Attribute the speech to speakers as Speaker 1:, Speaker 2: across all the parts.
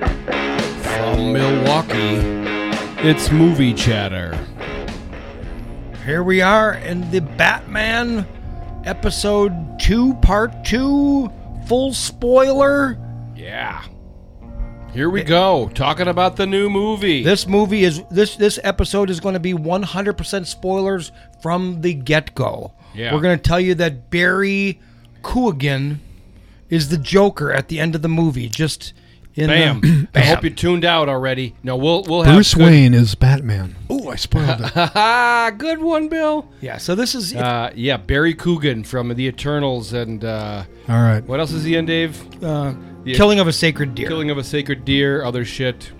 Speaker 1: From Milwaukee, it's Movie Chatter. Here we are in the Batman episode 2, part 2, full spoiler.
Speaker 2: Yeah. Here we go, talking about the new movie.
Speaker 1: This movie is this this episode is going to be 100% spoilers from the get-go.
Speaker 2: Yeah.
Speaker 1: We're going to tell you that Barry Coogan is the Joker at the end of the movie just in
Speaker 2: Bam.
Speaker 1: the
Speaker 2: I hope you tuned out already. No, we'll we'll have
Speaker 3: Bruce
Speaker 2: good-
Speaker 3: Wayne is Batman. Oh, I spoiled it.
Speaker 2: Ah, good one, Bill.
Speaker 1: Yeah, so this is uh,
Speaker 2: Uh, yeah, Barry Coogan from the Eternals, and uh,
Speaker 3: All right.
Speaker 2: what else is he in, Dave? yeah.
Speaker 1: uh, killing of a sacred deer.
Speaker 2: Killing of a Sacred Deer, other shit.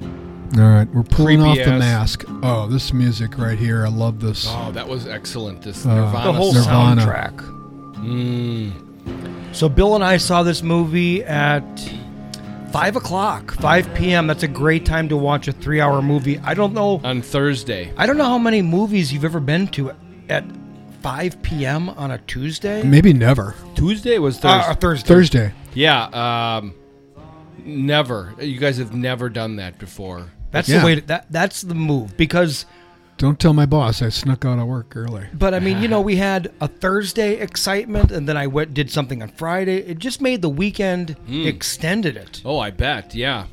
Speaker 3: All right. We're pulling
Speaker 2: Creepy
Speaker 3: off the
Speaker 2: ass.
Speaker 3: mask. Oh, this music right here. I love this.
Speaker 2: Oh, that was excellent. This
Speaker 3: Uh,
Speaker 2: Nirvana.
Speaker 1: the whole
Speaker 2: song.
Speaker 3: Nirvana.
Speaker 1: soundtrack.
Speaker 2: Hmm.
Speaker 1: So Bill and I saw this movie at five o'clock, five p.m. That's a great time to watch a three-hour movie. I don't know.
Speaker 2: on Thursday.
Speaker 1: I don't know how many movies you've ever been to at five p.m. on a Tuesday.
Speaker 3: Maybe never.
Speaker 2: Tuesday was Thursday.
Speaker 1: Uh, a Thursday.
Speaker 3: Thursday.
Speaker 2: yeah. Um, never. You guys have never done that before.
Speaker 1: That's
Speaker 3: Yeah.
Speaker 1: the way. To, that that's the move because.
Speaker 3: Don't tell my boss I snuck out of work early.
Speaker 1: But I mean, you know, we had a Thursday excitement, and then I went did something on Friday. It just made the weekend
Speaker 2: Hmm.
Speaker 1: extended it,
Speaker 2: Oh, I bet. Yeah.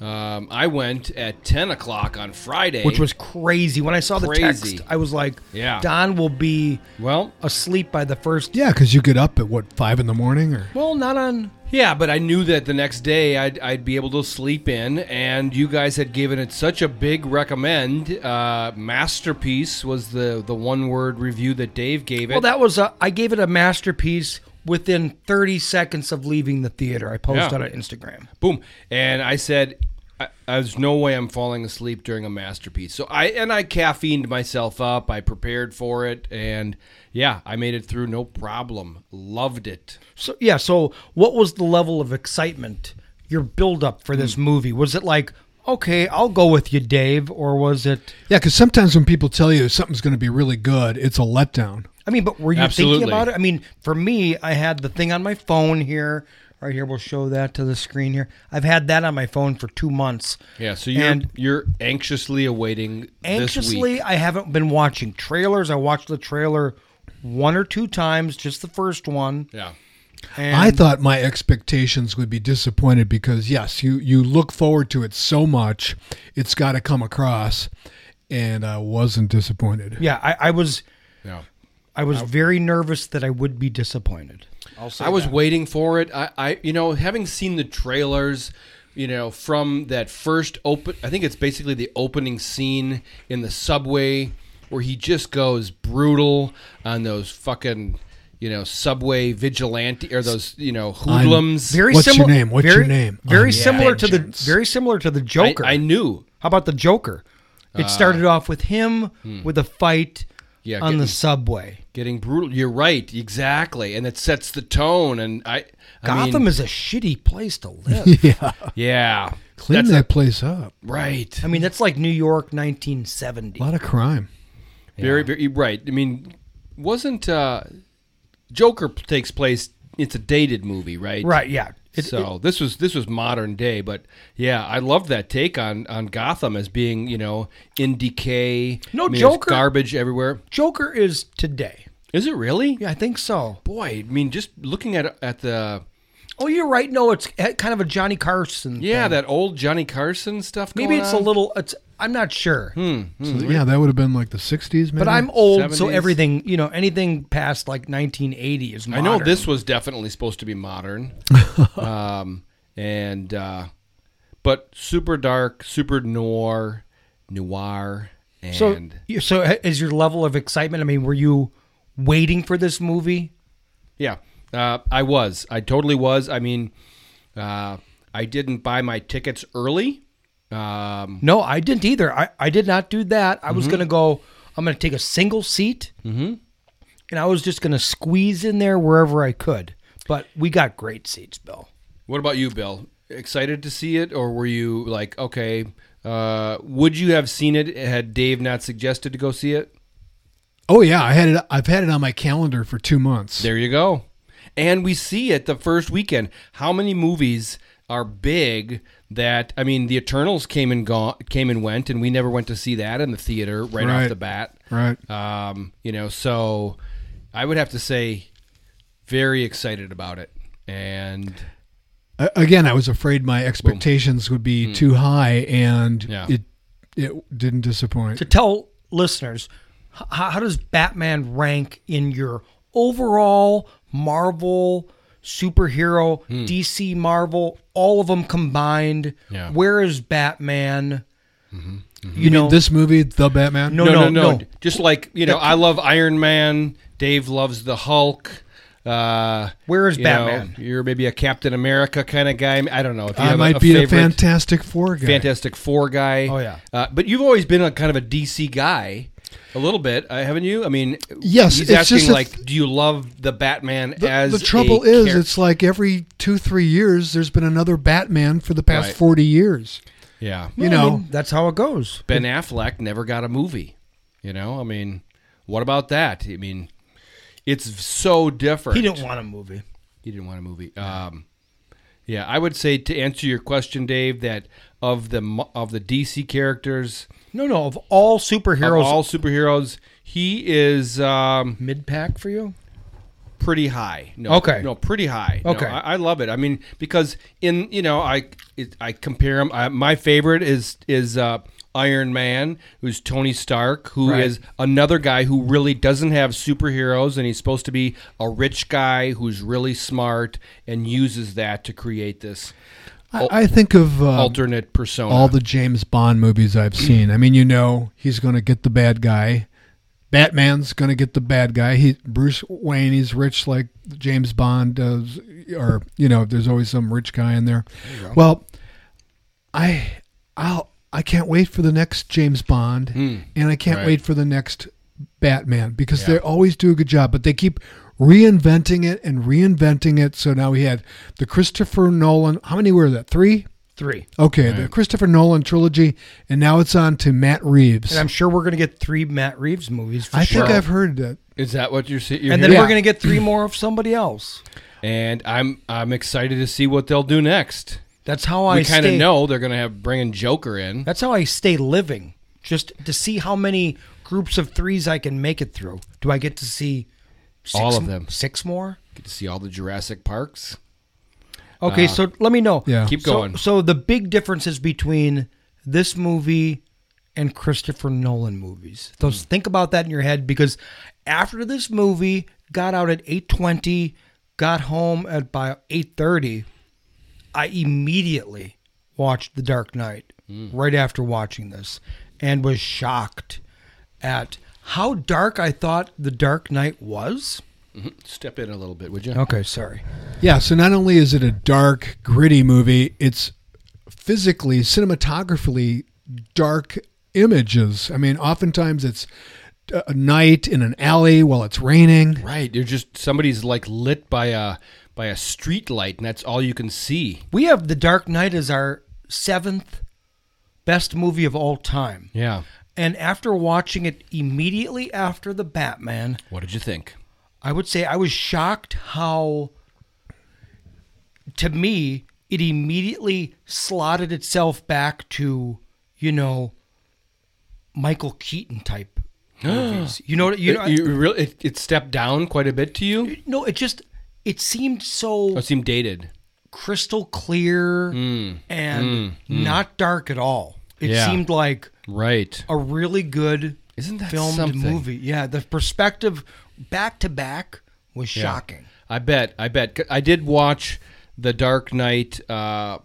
Speaker 2: Um, I went at 10 o'clock on Friday.
Speaker 1: which was crazy. When I saw the
Speaker 2: Crazy.
Speaker 1: text, I was like,
Speaker 2: Yeah.
Speaker 1: Don will be
Speaker 2: Well,
Speaker 1: asleep by the first.
Speaker 3: Yeah, because you get up at what five in the morning or
Speaker 1: Well, not on.
Speaker 2: yeah, but I knew that the next day I'd, I'd be able to sleep in, and you guys had given it such a big recommend. Uh, masterpiece was the, the one word review that Dave gave it.
Speaker 1: Well, that was. A, I gave it a masterpiece within 30 seconds of leaving the theater. I posted
Speaker 2: Yeah.
Speaker 1: on Instagram.
Speaker 2: boom and i said I, there's no way i'm falling asleep during a masterpiece so i and i caffeined myself up i prepared for it and yeah i made it through no problem loved it
Speaker 1: So yeah. So what was the level of excitement? Your build up for
Speaker 2: Hmm.
Speaker 1: this movie was it like okay, I'll go with you, Dave, or was it?
Speaker 3: yeah, because sometimes when people tell you something's going to be really good, it's a letdown.
Speaker 1: I mean, but were you
Speaker 2: Absolutely.
Speaker 1: thinking about it? I mean, for me, I had the thing on my phone here. Right here, we'll show that to the screen here. I've had that on my phone for two months.
Speaker 2: yeah so you're
Speaker 1: And-
Speaker 2: you're anxiously awaiting this
Speaker 1: anxiously
Speaker 2: week.
Speaker 1: i haven't been watching trailers i watched the trailer one or two times just the first one
Speaker 2: yeah
Speaker 1: and
Speaker 3: I thought my expectations would be disappointed because yes, you you look forward to it so much, it's got to come across, and I wasn't disappointed.
Speaker 1: yeah I, I was
Speaker 2: yeah
Speaker 1: i was very nervous that i would be disappointed
Speaker 2: I was waiting for it. I, I, you know, having seen the trailers, you know, from that first open, I think it's basically the opening scene in the subway where he just goes brutal on those fucking, you know, subway vigilante or those, you know, hoodlums.
Speaker 1: very
Speaker 3: What's your
Speaker 1: similar
Speaker 3: name? What's
Speaker 1: very,
Speaker 3: your name?
Speaker 1: very
Speaker 3: I'm
Speaker 1: similar to the
Speaker 3: vengeance.
Speaker 1: very similar to
Speaker 2: Oh,
Speaker 1: the
Speaker 2: I,
Speaker 1: joker
Speaker 2: I knew.
Speaker 1: how about the joker it started off with him with a fight
Speaker 2: hmm. Yeah,
Speaker 1: on the
Speaker 2: getting-
Speaker 1: subway.
Speaker 2: Getting brutal. You're right, exactly, and it sets the tone. And I, I
Speaker 1: Gotham
Speaker 2: mean,
Speaker 1: is a shitty place to live.
Speaker 3: Yeah,
Speaker 2: yeah,
Speaker 3: clean
Speaker 2: That's
Speaker 3: that place up.
Speaker 2: a- right.
Speaker 1: I mean, that's like New York 1970.
Speaker 3: A lot of crime.
Speaker 2: Very, very right. I mean, wasn't uh, Joker p- takes place? It's a dated movie, right?
Speaker 1: Right, yeah. It-
Speaker 2: so this was this was modern day, but yeah, I love that take on on Gotham as being you know in decay. I
Speaker 1: No,
Speaker 2: mean, there's
Speaker 1: Joker-
Speaker 2: garbage everywhere.
Speaker 1: Joker is today.
Speaker 2: Is it really?
Speaker 1: Yeah, I think so.
Speaker 2: Boy, I mean, just looking at at the
Speaker 1: Oh, you're right. No, it's eh, kind of a Johnny Carson.
Speaker 2: yeah
Speaker 1: thing.
Speaker 2: that old Johnny Carson stuff.
Speaker 1: maybe
Speaker 2: going
Speaker 1: it's
Speaker 2: on. Hmm.
Speaker 1: a little. It's I'm not sure,
Speaker 3: So, yeah, that would have been like the '60s, maybe.
Speaker 1: but I'm old, so
Speaker 2: 70s.
Speaker 1: everything you know, anything past like 1980 is.
Speaker 2: I
Speaker 1: Modern.
Speaker 2: know this was definitely supposed to be modern, um, and uh, but super dark, super noir, noir, and
Speaker 1: So, you- so ha- is your level of excitement? I mean, were you waiting for this movie?
Speaker 2: yeah, uh, I was, I totally was. I mean, uh, I didn't buy my tickets early. Um,
Speaker 1: No, I didn't either. I, I did not do that. I was gonna go. I'm gonna take a single seat, mm-hmm. and I was just gonna squeeze in there wherever I could. But we got great seats, Bill.
Speaker 2: what about you, Bill? Excited to see it, or were you like, okay? Uh, would you have seen it had Dave not suggested to go see it?
Speaker 3: Oh yeah, I had it. I've had it on my calendar for two months.
Speaker 2: There you go. And we see it the first weekend. How many movies are big that I mean, The Eternals came and gone, came and went, and we never went to see that in the theater right,
Speaker 3: Right.
Speaker 2: off the bat.
Speaker 3: Right.
Speaker 2: Um, you know, so I would have to say, very excited about it. And
Speaker 3: A- Again, I was afraid my expectations would be too high, and
Speaker 2: Hmm. Yeah.
Speaker 3: it it didn't disappoint.
Speaker 1: to tell listeners h- how, how does batman rank in your overall marvel superhero
Speaker 3: Hmm.
Speaker 1: dc marvel all of them combined
Speaker 2: Yeah.
Speaker 1: where is batman you,
Speaker 3: Mm-hmm. You
Speaker 1: know
Speaker 3: mean this movie, The Batman?
Speaker 1: No, no, no.
Speaker 2: just like you know, I love Iron Man. Dave loves the Hulk. Uh,
Speaker 1: Where is
Speaker 2: you know,
Speaker 1: Batman?
Speaker 2: you're maybe a Captain America kind of guy. I don't know. If you
Speaker 3: I
Speaker 2: have
Speaker 3: might
Speaker 2: a, a
Speaker 3: be a
Speaker 2: favorite.
Speaker 3: Fantastic Four guy.
Speaker 2: Fantastic Four guy.
Speaker 1: Oh, yeah.
Speaker 2: uh, but you've always been a kind of a DC guy, a little bit, uh, haven't you? I mean,
Speaker 3: Yes,
Speaker 2: He's
Speaker 3: it's
Speaker 2: asking
Speaker 3: just a-
Speaker 2: like, do you love the Batman
Speaker 3: The,
Speaker 2: as
Speaker 3: the trouble
Speaker 2: a
Speaker 3: is,
Speaker 2: char-
Speaker 3: it's like every two, three years, there's been another Batman for the past
Speaker 2: Right.
Speaker 3: 40 years.
Speaker 2: yeah.
Speaker 1: No,
Speaker 3: you
Speaker 1: I
Speaker 3: know.
Speaker 1: mean, that's how it goes
Speaker 2: Ben Affleck never got a movie. You know, I mean, what about that? I mean, it's so different.
Speaker 1: he didn't want a movie
Speaker 2: He didn't want a movie. Um, yeah, I would say to answer your question, Dave, that of the mo- of the DC characters,
Speaker 1: no no of all
Speaker 2: of
Speaker 1: superheroes
Speaker 2: all superheroes, he is. Um,
Speaker 1: mid pack for you
Speaker 2: pretty high. No,
Speaker 1: Okay.
Speaker 2: No, pretty high. No,
Speaker 1: Okay.
Speaker 2: I, I love it. I mean, because in you know, I it, I compare him. I, my favorite is is uh, Iron Man, who's Tony Stark, who is
Speaker 1: Right.
Speaker 2: another guy who really doesn't have superheroes, and he's supposed to be a rich guy who's really smart and uses that to create this Oh,
Speaker 3: I, I think of
Speaker 1: Um,
Speaker 3: uh,
Speaker 2: alternate persona.
Speaker 3: all the James Bond movies I've seen. I mean, you know, he's going to get the bad guy. Batman's going to get the bad guy. He Bruce Wayne, he's rich like James Bond does, or you know, there's always some rich guy in there. well, I, I'll, I can't wait for the next James Bond, and I can't
Speaker 2: right.
Speaker 3: wait for the next Batman because they always do a good job, but they keep reinventing it and reinventing it. So now we had the Christopher Nolan. How many were that? Three.
Speaker 1: three
Speaker 3: Okay, the Christopher Nolan trilogy, and now it's on to Matt Reeves.
Speaker 1: and i'm sure we're gonna get three matt reeves movies for
Speaker 3: I
Speaker 1: sure
Speaker 3: think I've heard that.
Speaker 2: is that what you're seeing?
Speaker 1: and then
Speaker 3: Yeah.
Speaker 1: we're gonna get three more of somebody else
Speaker 2: and I'm I'm excited to see what they'll do next.
Speaker 1: that's how i
Speaker 2: We kind of
Speaker 1: stay-
Speaker 2: know they're going to have bringing Joker in.
Speaker 1: That's how I stay living, just to see how many groups of threes I can make it through. Do I get to see six,
Speaker 2: All of
Speaker 1: m-
Speaker 2: them.
Speaker 1: Six more?
Speaker 2: Get to see all the Jurassic Parks.
Speaker 1: Okay, so let me know.
Speaker 3: Yeah.
Speaker 2: Keep
Speaker 1: So-
Speaker 2: going.
Speaker 1: So, the big differences between this movie and Christopher Nolan movies. So think about that in your head because after this movie got out at 8:20, got home at by 8:30, I immediately watched The Dark Knight
Speaker 2: Hmm.
Speaker 1: right after watching this and was shocked at how dark I thought The Dark Knight was.
Speaker 2: Step in a little bit, would you?
Speaker 1: Okay, sorry.
Speaker 3: Yeah, so not only is it a dark, gritty movie, it's physically, cinematographically dark images. I mean, oftentimes it's a night in an alley while it's raining.
Speaker 2: Right. You're just somebody's like lit by a by a street light, and that's all you can see.
Speaker 1: We have The Dark Knight as our seventh best movie of all time.
Speaker 2: Yeah.
Speaker 1: And after watching it immediately after The Batman,
Speaker 2: What did you think?
Speaker 1: I would say I was shocked how, to me, it immediately slotted itself back to, you know, Michael Keaton type movies. You know, you
Speaker 2: You,
Speaker 1: know,
Speaker 2: Uh, you really it, it stepped down quite a bit to you.
Speaker 1: no, it just it seemed
Speaker 2: Oh,
Speaker 1: so
Speaker 2: it seemed dated.
Speaker 1: crystal clear and not dark at all. It
Speaker 2: Mm. Yeah.
Speaker 1: seemed like
Speaker 2: Right.
Speaker 1: a really good
Speaker 2: Isn't that
Speaker 1: filmed
Speaker 2: something?
Speaker 1: movie. Yeah, the perspective back to back was
Speaker 2: Yeah.
Speaker 1: shocking.
Speaker 2: I bet. I bet. 'Cause I did watch The Dark Knight. Uh,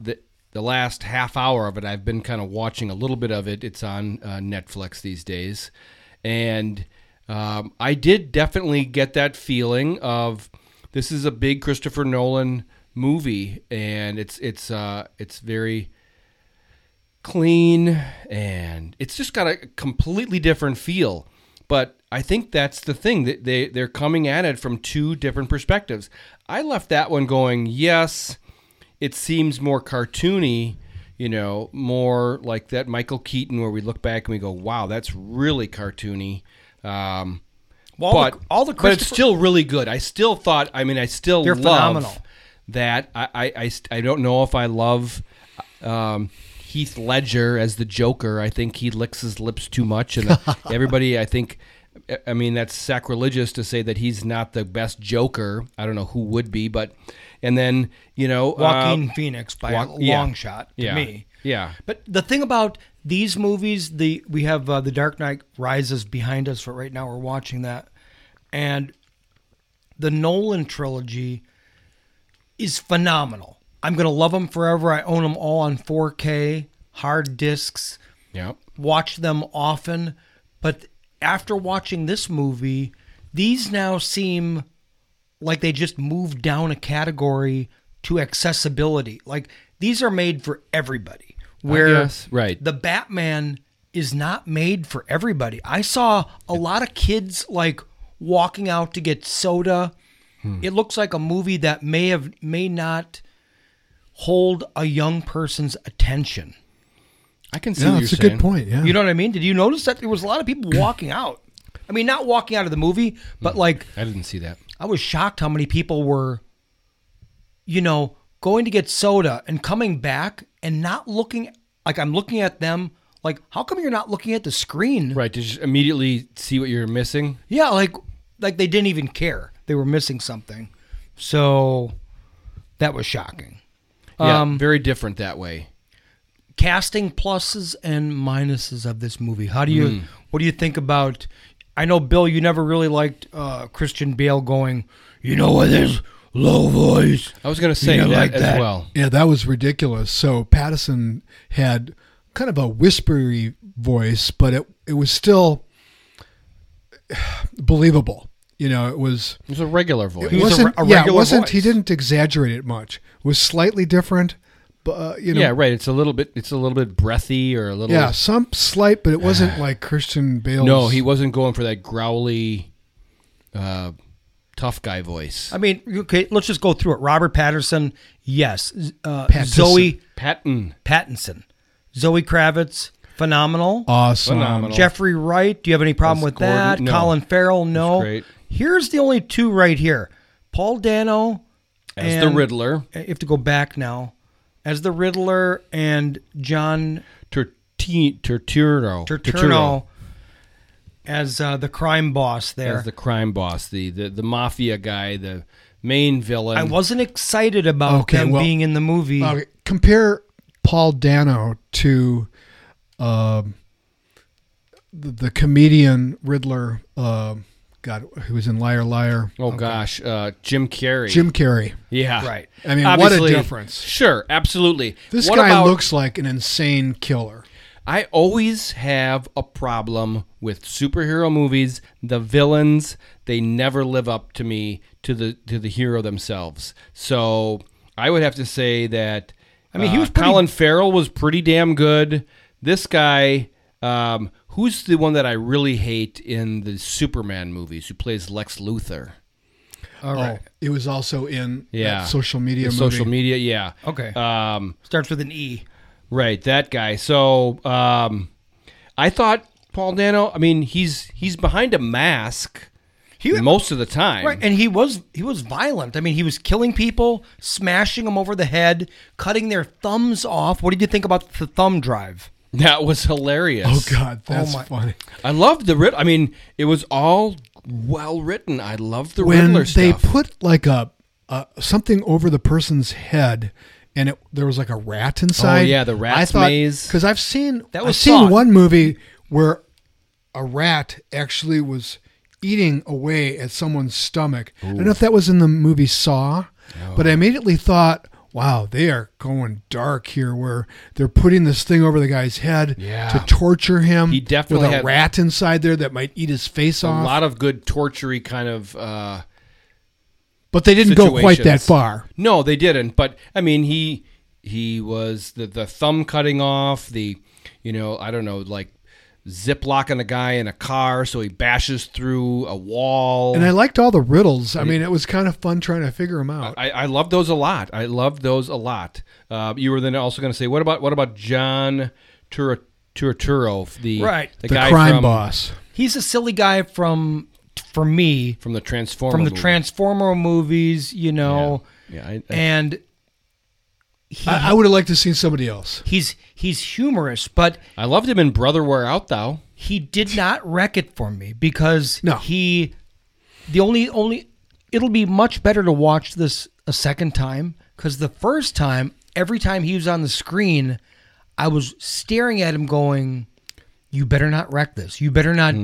Speaker 2: the the last half hour of it, I've been kind of watching a little bit of it. It's on uh, Netflix these days, and um, I did definitely get that feeling of this is a big Christopher Nolan movie, and it's it's uh, it's very clean and it's just got a completely different feel but i think that's the thing that they they're coming at it from two different perspectives i left that one going yes it seems more cartoony you know more like that michael keaton where we look back and we go wow that's really cartoony um
Speaker 1: Well, all
Speaker 2: but
Speaker 1: the- all the
Speaker 2: but it's
Speaker 1: Christopher-
Speaker 2: still really good i still thought i mean i still
Speaker 1: They're
Speaker 2: love
Speaker 1: phenomenal.
Speaker 2: that I, I, I, st- I don't know if I love um, Heath Ledger as the Joker. I think he licks his lips too much, and uh, everybody I think I- I mean that's sacrilegious to say that he's not the best Joker. I don't know who would be, but and then you know uh,
Speaker 1: Joaquin Phoenix by a
Speaker 2: Joa-
Speaker 1: long
Speaker 2: yeah.
Speaker 1: shot to
Speaker 2: yeah,
Speaker 1: me.
Speaker 2: yeah,
Speaker 1: But the thing about these movies, the we have uh, the Dark Knight Rises behind us, but right now we're watching that, and the Nolan trilogy is phenomenal. I'm gonna love them forever. I own them all on 4K hard discs.
Speaker 2: yeah.
Speaker 1: Watch them often, but after watching this movie, these now seem like they just moved down a category to accessibility. Like these are made for everybody. Where
Speaker 2: guess, right.
Speaker 1: the Batman is not made for everybody. I saw a lot of kids like walking out to get soda.
Speaker 2: Hmm.
Speaker 1: It looks like a movie that may have may not hold a young person's attention.
Speaker 2: I can see.
Speaker 3: Yeah,
Speaker 2: what
Speaker 3: that's a
Speaker 2: you're saying.
Speaker 3: good point. Yeah.
Speaker 1: You know what I mean? Did you notice that there was a lot of people walking out? I mean, not walking out of the movie,
Speaker 2: Mm.
Speaker 1: but like
Speaker 2: I didn't see that.
Speaker 1: I was shocked how many people were, you know, going to get soda and coming back and not looking like I'm looking at them. Like, how come you're not looking at the screen?
Speaker 2: Right, to just immediately see what you're missing.
Speaker 1: Yeah, like, like they didn't even care. They were missing something. So that was shocking.
Speaker 2: Yeah,
Speaker 1: Um,
Speaker 2: very different that way.
Speaker 1: casting pluses and minuses of this movie. How do you
Speaker 2: Hmm.
Speaker 1: what do you think about I know Bill you never really liked uh, Christian Bale going, you know what his low voice.
Speaker 2: I was gonna say
Speaker 1: You know,
Speaker 2: that
Speaker 1: like
Speaker 2: as
Speaker 1: that.
Speaker 2: well.
Speaker 3: Yeah, that was ridiculous. So Pattison had kind of a whispery voice, but it it was still believable. You know, it was
Speaker 2: It was a regular voice.
Speaker 3: it
Speaker 1: was a
Speaker 3: wasn't
Speaker 1: re- a
Speaker 3: yeah, it
Speaker 1: regular
Speaker 3: wasn't he
Speaker 1: voice.
Speaker 3: didn't exaggerate it much. It was slightly different, but uh, you know,
Speaker 2: yeah, right. It's a little bit. It's a little bit breathy or a little.
Speaker 3: yeah, some slight, but it wasn't like Christian Bale's
Speaker 2: No, he wasn't going for that growly, uh, tough guy voice.
Speaker 3: Uh,
Speaker 1: I mean, okay, let's just go through it. Robert Patterson, yes. Z- Uh,
Speaker 3: Pattinson.
Speaker 1: Zoe
Speaker 2: Patton.
Speaker 1: Pattinson. Zoe Kravitz, phenomenal.
Speaker 3: awesome.
Speaker 2: Phenomenal.
Speaker 1: Jeffrey Wright, do you have any problem
Speaker 2: Was
Speaker 1: with
Speaker 2: Gordon-
Speaker 1: that?
Speaker 2: no.
Speaker 1: Colin Farrell, no.
Speaker 2: great.
Speaker 1: Here's the only two right here. Paul Dano
Speaker 2: As the
Speaker 1: and- uh,
Speaker 2: Riddler.
Speaker 1: you have to go back now as the Riddler and John
Speaker 2: Terti- Terturo.
Speaker 1: Turturro as uh, the crime boss there.
Speaker 2: As the crime boss, the, the, the mafia guy, the main villain.
Speaker 1: I wasn't excited about
Speaker 3: Okay,
Speaker 1: them
Speaker 3: well-
Speaker 1: being in the movie.
Speaker 3: Okay, Uh, compare Paul Dano to um, the, the comedian Riddler. um God, who was in Liar Liar?
Speaker 2: Oh, gosh. Uh, Jim Carrey.
Speaker 3: Jim Carrey.
Speaker 2: Yeah.
Speaker 1: Right.
Speaker 3: I mean, what a
Speaker 2: Obviously-
Speaker 3: difference.
Speaker 2: Sure. Absolutely.
Speaker 3: This
Speaker 2: What
Speaker 3: guy
Speaker 2: about-
Speaker 3: looks like an insane killer.
Speaker 2: I always have a problem with superhero movies. The villains, they never live up to me to the to the hero themselves. So I would have to say that uh, I
Speaker 1: mean, he was pretty-
Speaker 2: Colin Farrell was pretty damn good. This guy Um, who's the one that I really hate in the Superman movies? Who plays Lex Luthor?
Speaker 1: All right.
Speaker 3: Oh, it was also in
Speaker 2: Yeah.
Speaker 3: that social media
Speaker 2: The
Speaker 3: movie. Oh,
Speaker 2: social media, yeah.
Speaker 1: Okay.
Speaker 2: Um,
Speaker 1: Starts with an E.
Speaker 2: right, that guy. So um, I thought Paul Dano. I mean, he's he's behind a mask
Speaker 1: He-
Speaker 2: most of the time.
Speaker 1: Right, and he was he was violent. I mean, he was killing people, smashing them over the head, cutting their thumbs off. What did you think about the thumb drive?
Speaker 2: That was hilarious.
Speaker 3: Oh God, that's
Speaker 1: my-
Speaker 3: funny.
Speaker 2: I loved the writ. I mean, it was all well written. I love the
Speaker 3: When
Speaker 2: Riddler
Speaker 3: they
Speaker 2: stuff.
Speaker 3: put like a uh, something over the person's head, and it, there was like a rat inside.
Speaker 2: Oh, yeah, the rat's maze.
Speaker 3: Because I've seen
Speaker 1: That
Speaker 3: that
Speaker 1: was
Speaker 3: was I've seen
Speaker 1: thought.
Speaker 3: one movie where a rat actually was eating away at someone's stomach. I don't know if that was in the movie Saw, but I
Speaker 2: Oh.
Speaker 3: immediately thought. Wow, they are going dark here where they're putting this thing over the guy's head
Speaker 2: Yeah.
Speaker 3: to torture him
Speaker 2: He definitely
Speaker 3: with a
Speaker 2: had-
Speaker 3: rat inside there that might eat his face
Speaker 2: a
Speaker 3: off.
Speaker 2: lot of good tortury kind of. Uh,
Speaker 3: But they didn't go quite that
Speaker 2: situations.
Speaker 3: far.
Speaker 2: no, they didn't. But I mean, he he was the the thumb cutting off the, you know, I don't know, like ziplocking a guy in a car so he bashes through a wall.
Speaker 3: And I liked all the riddles. I mean, it was kind of fun trying to figure them out.
Speaker 2: I, I love those a lot. I love those a lot. Uh, you were then also going to say, what about what about John Tur- Turturro, the
Speaker 1: Right.
Speaker 2: the,
Speaker 3: the
Speaker 2: guy
Speaker 3: crime
Speaker 2: from,
Speaker 3: boss.
Speaker 1: He's a silly guy from for me
Speaker 2: from the Transformer
Speaker 1: from the
Speaker 2: movie.
Speaker 1: Transformer movies, you
Speaker 3: oh.
Speaker 1: know,
Speaker 2: Yeah, I, I,
Speaker 1: and he,
Speaker 3: I, I would have liked to have seen somebody else.
Speaker 1: he's he's humorous, but
Speaker 2: I loved him in Brother Where Out Thou.
Speaker 1: he did not wreck it for me because
Speaker 3: No.
Speaker 1: he the only only it'll be much better to watch this a second time because the first time every time he was on the screen i was staring at him going you better not wreck this you better not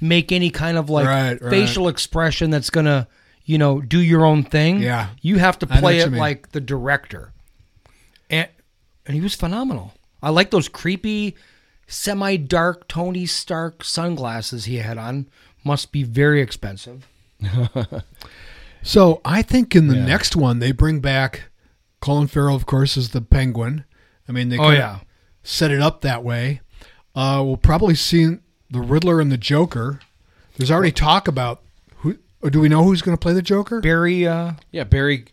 Speaker 1: make any kind of like
Speaker 3: Hmm. Right, right.
Speaker 1: facial expression that's gonna you know do your own thing
Speaker 3: Yeah.
Speaker 1: you have to
Speaker 3: I know
Speaker 1: play
Speaker 3: what
Speaker 1: it
Speaker 3: you mean.
Speaker 1: like the director and and he was phenomenal. I like those creepy, semi-dark Tony Stark sunglasses he had on. Must be very expensive.
Speaker 3: So I think in the next one they bring back Colin Farrell, of course, is the Penguin. I mean, they
Speaker 1: Oh,
Speaker 3: kinda
Speaker 1: yeah.
Speaker 3: set it up that way. Uh, we'll probably see the Riddler and the Joker. There's already talk about who. Or do we know who's going to play the Joker?
Speaker 1: Barry, uh,
Speaker 2: Yeah, Barry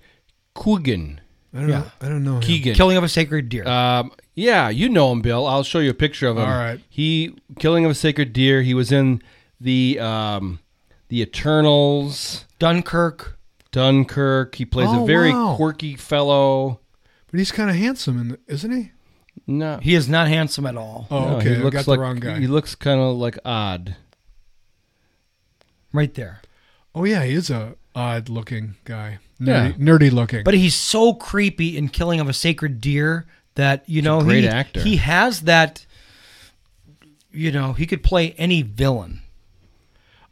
Speaker 2: Coogan.
Speaker 3: I don't know. I don't know. him.
Speaker 2: Keegan.
Speaker 1: Killing of a Sacred Deer.
Speaker 3: Uh,
Speaker 2: um, yeah, you know him, Bill. I'll show you a picture of him.
Speaker 3: All right.
Speaker 2: He Killing of a Sacred Deer. He was in the um, the Eternals,
Speaker 1: Dunkirk.
Speaker 2: Dunkirk. He plays
Speaker 3: Oh,
Speaker 2: a very
Speaker 3: wow.
Speaker 2: quirky fellow.
Speaker 3: but he's kind of handsome, in the, isn't he?
Speaker 2: No,
Speaker 1: He is not handsome at all.
Speaker 3: Oh,
Speaker 2: no,
Speaker 3: okay.
Speaker 2: He
Speaker 3: I
Speaker 2: looks
Speaker 3: got
Speaker 2: like
Speaker 3: the wrong guy.
Speaker 2: he looks kind of like odd.
Speaker 1: Right there.
Speaker 3: Oh yeah, he is a odd looking guy.
Speaker 2: Yeah.
Speaker 3: Nerdy, nerdy looking.
Speaker 1: But he's so creepy in Killing of a Sacred Deer that you know
Speaker 2: great
Speaker 1: he
Speaker 2: actor.
Speaker 1: he has that. You know he could play any villain.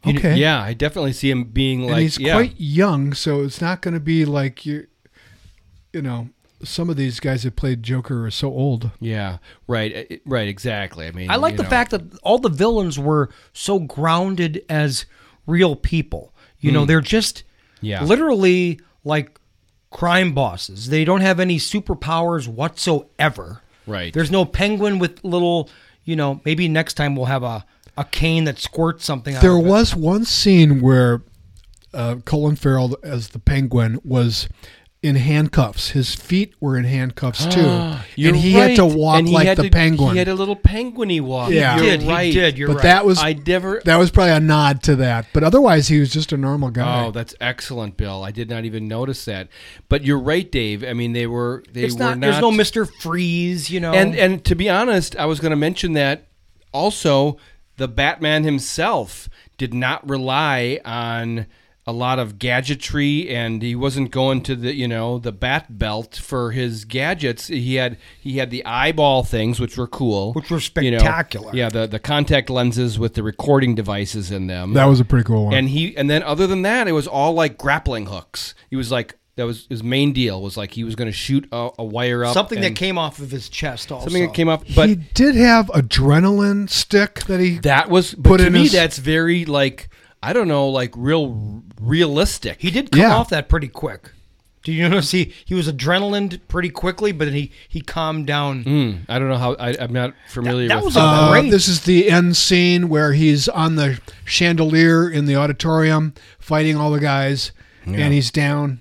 Speaker 2: You-
Speaker 3: okay.
Speaker 2: Yeah, I definitely see him being like
Speaker 3: and he's
Speaker 2: yeah.
Speaker 3: quite young, so it's not going to be like you. You know, some of these guys that played Joker are so old.
Speaker 2: yeah, right, uh, right, exactly. I mean,
Speaker 1: I like
Speaker 2: you
Speaker 1: the
Speaker 2: know.
Speaker 1: fact that all the villains were so grounded as real people. You know, they're just
Speaker 2: Hmm. Yeah.
Speaker 1: literally like crime bosses. They don't have any superpowers whatsoever.
Speaker 2: Right.
Speaker 1: There's no penguin with little, you know, maybe next time we'll have a, a cane that squirts something out
Speaker 3: There
Speaker 1: of it.
Speaker 3: was one scene where uh, Colin Farrell as the Penguin was in handcuffs. His feet were in handcuffs too,
Speaker 2: Ah, You're
Speaker 3: and he had to
Speaker 2: right.
Speaker 3: walk
Speaker 2: And he
Speaker 3: like
Speaker 2: had
Speaker 3: the
Speaker 2: to-
Speaker 3: Penguin.
Speaker 2: He had a little penguiny walk.
Speaker 3: Yeah.
Speaker 2: You're
Speaker 1: He did, he
Speaker 2: right.
Speaker 1: did, you're
Speaker 3: but
Speaker 1: right.
Speaker 3: that was
Speaker 2: I never.
Speaker 3: that was probably a nod to that. But otherwise, he was just a normal guy.
Speaker 2: Oh, that's excellent, Bill. I did not even notice that. But you're right, Dave. I mean, they were they
Speaker 1: It's
Speaker 2: were
Speaker 1: not,
Speaker 2: not,
Speaker 1: there's no Mr. Freeze, you know.
Speaker 2: And and to be honest, I was going to mention that also the Batman himself did not rely on a lot of gadgetry and he wasn't going to the you know the bat belt for his gadgets he had he had the eyeball things which were cool
Speaker 1: Which were
Speaker 2: you know.
Speaker 1: spectacular.
Speaker 2: yeah the the contact lenses with the recording devices in them
Speaker 3: That was a pretty cool one.
Speaker 2: and he and then other than that it was all like grappling hooks he was like that was his main deal was like he was going to shoot a, a wire up
Speaker 1: something that
Speaker 2: and-
Speaker 1: came off of his chest also.
Speaker 2: something that came up but
Speaker 3: he did have adrenaline stick that he
Speaker 2: that was but
Speaker 3: Put
Speaker 2: to
Speaker 3: in
Speaker 2: me
Speaker 3: his-
Speaker 2: that's very like i don't know like real realistic
Speaker 1: He did come
Speaker 3: Yeah.
Speaker 1: off that pretty quick. Do you notice he he was adrenaline pretty quickly, but then he he calmed down.
Speaker 2: Hmm, I don't know how. I, I'm not familiar.
Speaker 1: That- that
Speaker 2: with
Speaker 1: was a-
Speaker 3: Uh,
Speaker 1: Great.
Speaker 3: this is the end scene where he's on the chandelier in the auditorium fighting all the guys, and he's down.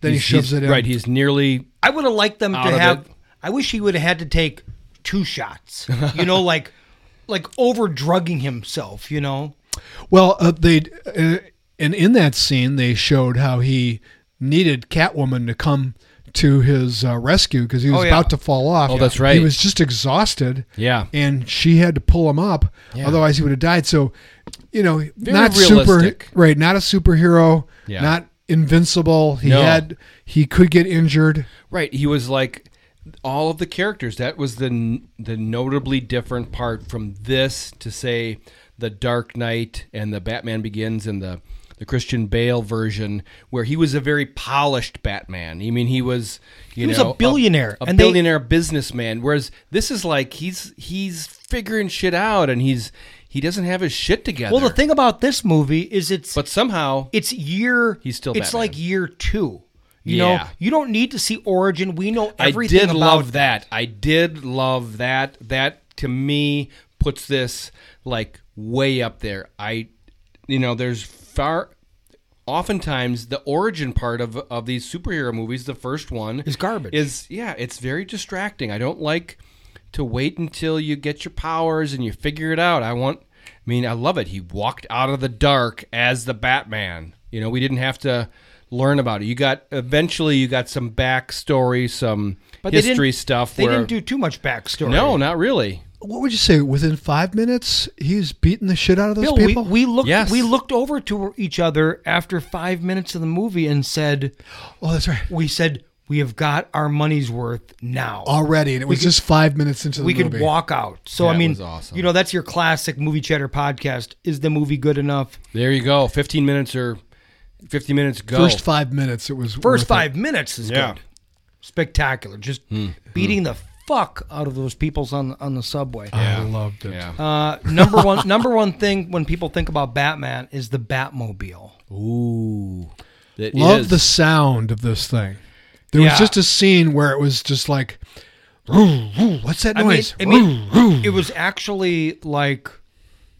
Speaker 3: Then
Speaker 2: He's-
Speaker 3: he shoves
Speaker 2: he's-
Speaker 3: it in.
Speaker 2: Right, he's nearly.
Speaker 1: I would have liked them to
Speaker 2: Out of
Speaker 1: have.
Speaker 2: it.
Speaker 1: I wish he would have had to take two shots. You know, like like over drugging himself. You know,
Speaker 3: Well, uh, they uh, and in that scene they showed how he needed Catwoman to come to his uh, rescue because he was
Speaker 1: Oh, yeah.
Speaker 3: about to fall off.
Speaker 2: Oh, that's right.
Speaker 3: He was just exhausted.
Speaker 2: Yeah.
Speaker 3: and she had to pull him up, otherwise he would have died. So, you know, not
Speaker 2: realistic.
Speaker 3: super right, not a superhero,
Speaker 2: Yeah.
Speaker 3: not invincible. He
Speaker 2: No.
Speaker 3: had he could get injured.
Speaker 2: Right, he was like all of the characters. That was the n- the notably different part from this to say the Dark Knight and the Batman Begins and the the Christian Bale version, where he was a very polished Batman. I mean, he was you
Speaker 1: He was
Speaker 2: know
Speaker 1: a billionaire,
Speaker 2: a,
Speaker 1: and they-
Speaker 2: billionaire businessman. Whereas this is like he's he's figuring shit out, and he's he doesn't have his shit together.
Speaker 1: well, the thing about this movie is it's
Speaker 2: but somehow
Speaker 1: it's year.
Speaker 2: He's still
Speaker 1: It's
Speaker 2: Batman.
Speaker 1: like year two. You know,
Speaker 2: Yeah.
Speaker 1: you don't need to see origin. We know
Speaker 2: I
Speaker 1: everything
Speaker 2: did
Speaker 1: about
Speaker 2: love that. I did love that. That to me puts this like way up there. I, you know, there's far. Oftentimes, the origin part of of these superhero movies, the first one
Speaker 1: Is garbage.
Speaker 2: Is yeah, it's very distracting. I don't like to wait until you get your powers and you figure it out. I want. I mean, I love it. He walked out of the dark as the Batman. You know, we didn't have to learn about it. You got eventually. You got some backstory, some
Speaker 1: But they didn't-
Speaker 2: history stuff.
Speaker 1: They
Speaker 2: where,
Speaker 1: didn't do too much backstory.
Speaker 2: No, not really.
Speaker 3: What would you say? Within five minutes, he's beating the shit out of those
Speaker 1: Bill, we,
Speaker 3: people.
Speaker 1: we looked
Speaker 2: Yes.
Speaker 1: we looked over to each other after five minutes of the movie and said,
Speaker 3: oh, that's right.
Speaker 1: "We said we have got our money's worth now.
Speaker 3: Already, and it was just five minutes into the
Speaker 1: we
Speaker 3: movie.
Speaker 1: could walk out." So I
Speaker 2: That
Speaker 1: mean,
Speaker 2: was awesome.
Speaker 1: you know, that's your classic movie chatter podcast. Is the movie good enough?
Speaker 2: There you go. Fifteen minutes or fifty minutes go.
Speaker 3: First five minutes, it was worth
Speaker 1: First
Speaker 3: it.
Speaker 1: five minutes is
Speaker 2: Yeah.
Speaker 1: good, spectacular. Just
Speaker 2: Hmm.
Speaker 1: beating the fuck out of those peoples on on the subway.
Speaker 2: Uh,
Speaker 3: I loved it.
Speaker 2: yeah.
Speaker 1: Uh, number one, number one thing when people think about Batman is the Batmobile.
Speaker 2: Ooh. It
Speaker 3: Love
Speaker 2: is.
Speaker 3: the sound of this thing. There
Speaker 1: Yeah.
Speaker 3: was just a scene where it was just like, "Roo, roo, what's that
Speaker 1: I mean,
Speaker 3: noise?
Speaker 1: I mean it was actually like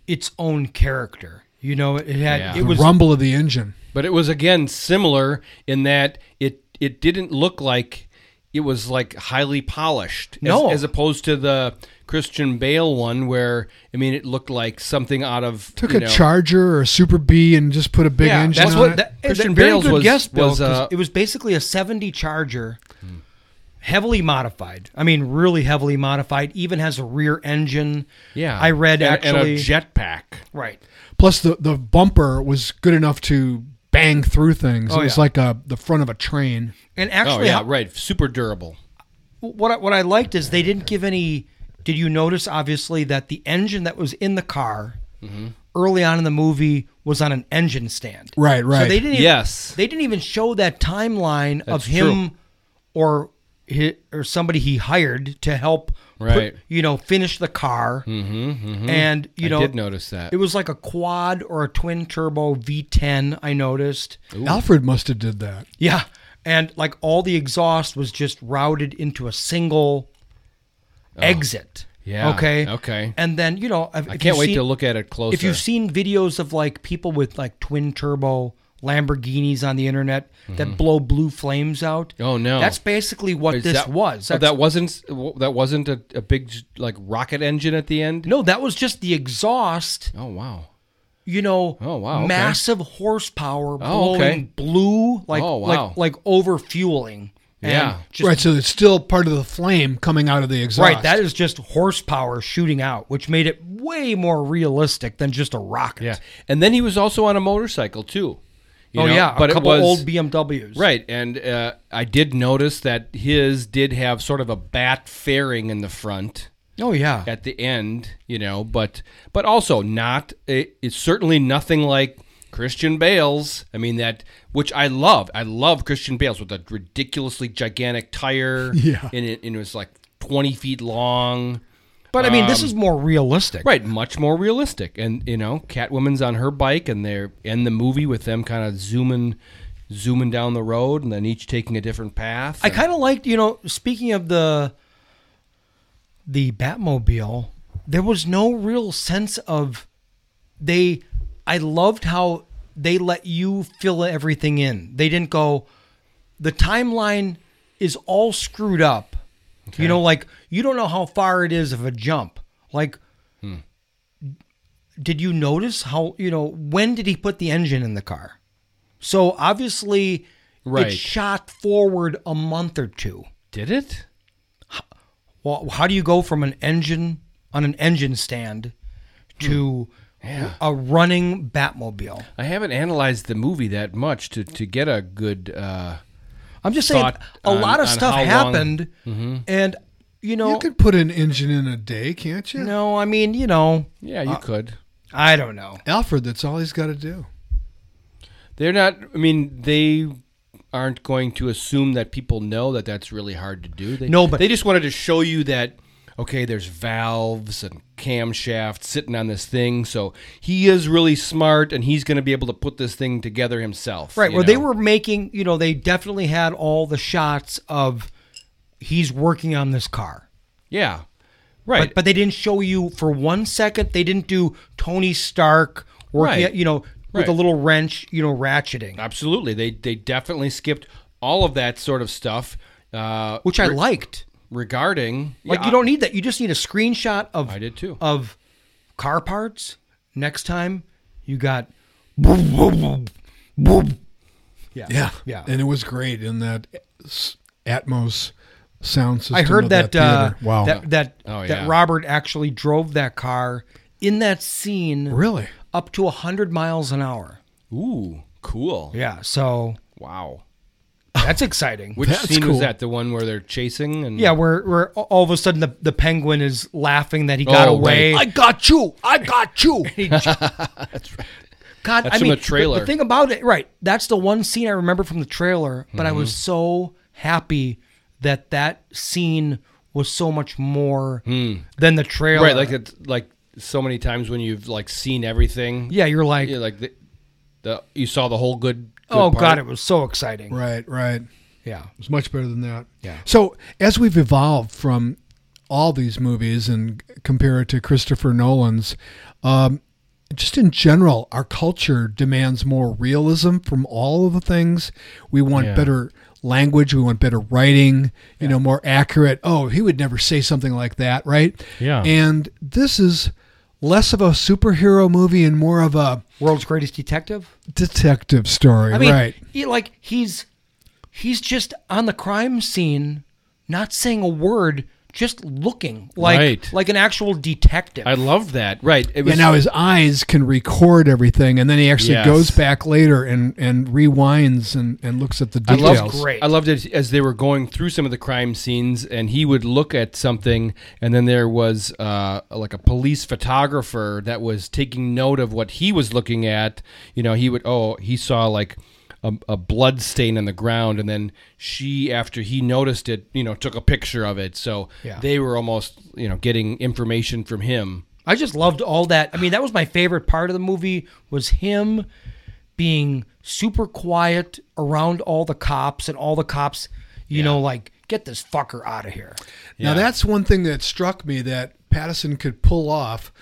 Speaker 1: its own character. You know, it had
Speaker 2: Yeah.
Speaker 1: it
Speaker 3: the
Speaker 1: was
Speaker 3: rumble of the engine.
Speaker 2: But it was again similar in that it it didn't look like it was like highly polished. as-
Speaker 1: No.
Speaker 2: as, opposed to the Christian Bale one, where I mean, it looked like something out of
Speaker 3: Took
Speaker 2: you
Speaker 3: a
Speaker 2: know,
Speaker 3: Charger or a Super B and just put a big
Speaker 2: Yeah,
Speaker 3: engine
Speaker 1: that's
Speaker 3: on
Speaker 1: what
Speaker 3: it.
Speaker 1: that,
Speaker 2: Christian
Speaker 1: that, very
Speaker 2: Bale's
Speaker 1: good
Speaker 2: was-
Speaker 1: guess, Bill,
Speaker 2: was,
Speaker 1: 'cause
Speaker 2: uh,
Speaker 1: it was basically a 70 Charger, heavily modified. I mean, really heavily modified. Even has a rear engine.
Speaker 2: Yeah,
Speaker 1: I read
Speaker 2: and,
Speaker 1: actually
Speaker 2: and a jetpack.
Speaker 1: right.
Speaker 3: Plus the the bumper was good enough to bang through things.
Speaker 1: Oh,
Speaker 3: it was
Speaker 1: yeah.
Speaker 3: like a the front of a train.
Speaker 1: And
Speaker 2: Oh
Speaker 1: actually,
Speaker 2: yeah,
Speaker 1: how-
Speaker 2: right. Super durable.
Speaker 1: what I, what I liked is they didn't give any. Did you notice obviously that the engine that was in the car
Speaker 2: Mm-hmm.
Speaker 1: early on in the movie was on an engine stand?
Speaker 3: Right,
Speaker 1: So
Speaker 3: right.
Speaker 1: they didn't.
Speaker 2: Yes.
Speaker 1: They didn't even show that timeline of
Speaker 2: That's
Speaker 1: him or hi or somebody he hired to help. put-
Speaker 2: Right.
Speaker 1: you know, finish the car, mm-hmm, and you
Speaker 2: I
Speaker 1: know,
Speaker 2: did notice that.
Speaker 1: it was like a quad or a twin turbo V10. I noticed.
Speaker 3: Alfred must have did that.
Speaker 1: Yeah. And like all the exhaust was just routed into a single exit.
Speaker 2: Yeah,
Speaker 1: Okay.
Speaker 2: okay.
Speaker 1: And then, you know, if,
Speaker 2: I can't wait to look at it closer.
Speaker 1: If you've seen videos of like people with like twin turbo Lamborghinis on the internet that blow blue flames out.
Speaker 2: Mm-hmm. Oh, no.
Speaker 1: That's basically what
Speaker 2: Is
Speaker 1: this
Speaker 2: that-
Speaker 1: was.
Speaker 2: oh,
Speaker 1: That's-
Speaker 2: that wasn't that wasn't a, a big like rocket engine at the end.
Speaker 1: no, that was just the exhaust,
Speaker 2: Oh wow.
Speaker 1: you know,
Speaker 2: Oh, wow, okay.
Speaker 1: massive horsepower
Speaker 2: Oh,
Speaker 1: blowing
Speaker 2: okay.
Speaker 1: blue like
Speaker 2: Oh, wow.
Speaker 1: like like over fueling.
Speaker 2: Yeah.
Speaker 1: Just
Speaker 3: right, so it's still part of the flame coming out of the exhaust.
Speaker 1: Right, that is just horsepower shooting out, which made it way more realistic than just a rocket.
Speaker 2: Yeah, and then he was also on a motorcycle too. you
Speaker 1: oh
Speaker 2: know,
Speaker 1: yeah,
Speaker 2: but
Speaker 1: a
Speaker 2: it
Speaker 1: couple
Speaker 2: was-
Speaker 1: old BMWs.
Speaker 2: Right, and uh, I did notice that his did have sort of a bat fairing in the front
Speaker 1: Oh yeah.
Speaker 2: at the end, you know, but but also not it, it's certainly nothing like Christian Bale's. I mean that which I love. I love Christian Bale's with a ridiculously gigantic tire.
Speaker 3: Yeah.
Speaker 2: and it, and it was like twenty feet long.
Speaker 1: But I mean,
Speaker 2: Um,
Speaker 1: this is more realistic.
Speaker 2: Right, much more realistic, and you know, Catwoman's on her bike, and they're in the movie with them kind of zooming, zooming down the road and then each taking a different path.
Speaker 1: I kind of liked, you know, speaking of the the Batmobile, there was no real sense of they I loved how they let you fill everything in. They didn't go the timeline is all screwed up. You know like you don't know how far it is of a jump. Like did you notice how, you know, when did he put the engine in the car? So obviously
Speaker 2: Right.
Speaker 1: it shot forward a month or two.
Speaker 2: did it.
Speaker 1: Well, how do you go from an engine on an engine stand to
Speaker 2: Hmm.
Speaker 1: a running Batmobile?
Speaker 2: I haven't analyzed the movie that much to to get a good. Uh,
Speaker 1: I'm just saying
Speaker 2: Thought
Speaker 1: a
Speaker 2: on-
Speaker 1: lot of
Speaker 2: on
Speaker 1: stuff
Speaker 2: how long- Mm-hmm.
Speaker 1: happened and you know
Speaker 3: You could put an engine in a day, can't you?
Speaker 1: no, I mean, you know,
Speaker 2: yeah, you could.
Speaker 1: I don't know.
Speaker 3: Alfred, that's all he's got to do.
Speaker 2: They're not. I mean, they aren't going to assume that people know that that's really hard to do. They,
Speaker 1: No, but-
Speaker 2: they just wanted to show you that. Okay, there's valves and camshafts sitting on this thing, so he is really smart, and he's going to be able to put this thing together himself.
Speaker 1: Right,
Speaker 2: you
Speaker 1: where they
Speaker 2: know?
Speaker 1: were making, you know, they definitely had all the shots of he's working on this car.
Speaker 2: yeah, right.
Speaker 1: But, but they didn't show you for one second. They didn't do Tony Stark working,
Speaker 2: Right.
Speaker 1: at, you know, with a
Speaker 2: Right.
Speaker 1: little wrench, you know, ratcheting,
Speaker 2: Absolutely, they they definitely skipped all of that sort of stuff, uh,
Speaker 1: which I
Speaker 2: re-
Speaker 1: liked.
Speaker 2: regarding
Speaker 1: Like uh,
Speaker 2: Yeah,
Speaker 1: you don't need that. You just need a screenshot of
Speaker 2: I did too.
Speaker 1: of car parts. Next time you got yeah
Speaker 3: Yeah,
Speaker 1: yeah.
Speaker 3: And it was great in that s- Atmos sound system.
Speaker 1: I heard
Speaker 3: of
Speaker 1: that uh,
Speaker 3: theater. wow,
Speaker 1: that that
Speaker 2: Oh, yeah.
Speaker 1: that Robert actually drove that car in that scene
Speaker 3: really?
Speaker 1: up to hundred miles an hour.
Speaker 2: Ooh, cool.
Speaker 1: Yeah, so
Speaker 2: Wow.
Speaker 1: that's exciting.
Speaker 2: Which
Speaker 3: That's
Speaker 2: scene
Speaker 3: cool.
Speaker 2: was that? The one where they're chasing and
Speaker 1: Yeah, where where all of a sudden the, the penguin is laughing that he got
Speaker 2: Oh,
Speaker 1: away.
Speaker 2: right.
Speaker 3: got you. I got you.
Speaker 1: God,
Speaker 2: That's
Speaker 1: I
Speaker 2: from
Speaker 1: mean,
Speaker 2: a trailer.
Speaker 1: but The thing about it, right? That's the one scene I remember from the trailer. But I was
Speaker 2: Mm-hmm.
Speaker 1: so happy that that scene was so much more than the trailer.
Speaker 2: Hmm. right, like it's like so many times when you've like seen everything.
Speaker 1: yeah, you're like,
Speaker 2: Yeah, like the, the you saw the whole good. good
Speaker 1: oh
Speaker 2: part.
Speaker 1: god, it was so exciting.
Speaker 3: right, right.
Speaker 1: Yeah,
Speaker 3: It's much better than that.
Speaker 1: Yeah.
Speaker 3: So as we've evolved from all these movies and compare it to Christopher Nolan's, um, just in general, our culture demands more realism from all of the things. We want
Speaker 2: Yeah.
Speaker 3: better language. We want better writing. You know, more accurate. Oh, he would never say something like that, right?
Speaker 2: Yeah.
Speaker 3: And this is less of a superhero movie and more of a
Speaker 1: world's greatest detective.
Speaker 3: detective story,
Speaker 1: I mean,
Speaker 3: right?
Speaker 1: he- like he's he's just on the crime scene, not saying a word, just looking like
Speaker 2: Right.
Speaker 1: like an actual detective.
Speaker 2: I love that. Right. It was
Speaker 3: yeah, now his eyes can record everything, and then he actually
Speaker 2: Yes.
Speaker 3: goes back later and, and rewinds and, and looks at the
Speaker 2: I
Speaker 3: details.
Speaker 2: loved,
Speaker 1: great.
Speaker 2: I loved it as they were going through some of the crime scenes, and he would look at something, and then there was uh, like a police photographer that was taking note of what he was looking at. You know, he would oh he saw like a, a blood stain on the ground, and then she after he noticed it, you know, took a picture of it. So
Speaker 1: Yeah.
Speaker 2: they were almost you know getting information from him.
Speaker 1: I just loved all that. I mean, that was my favorite part of the movie was him being super quiet around all the cops and all the cops, you know, like get this fucker out of here.
Speaker 3: Now that's one thing that struck me that Patterson could pull off.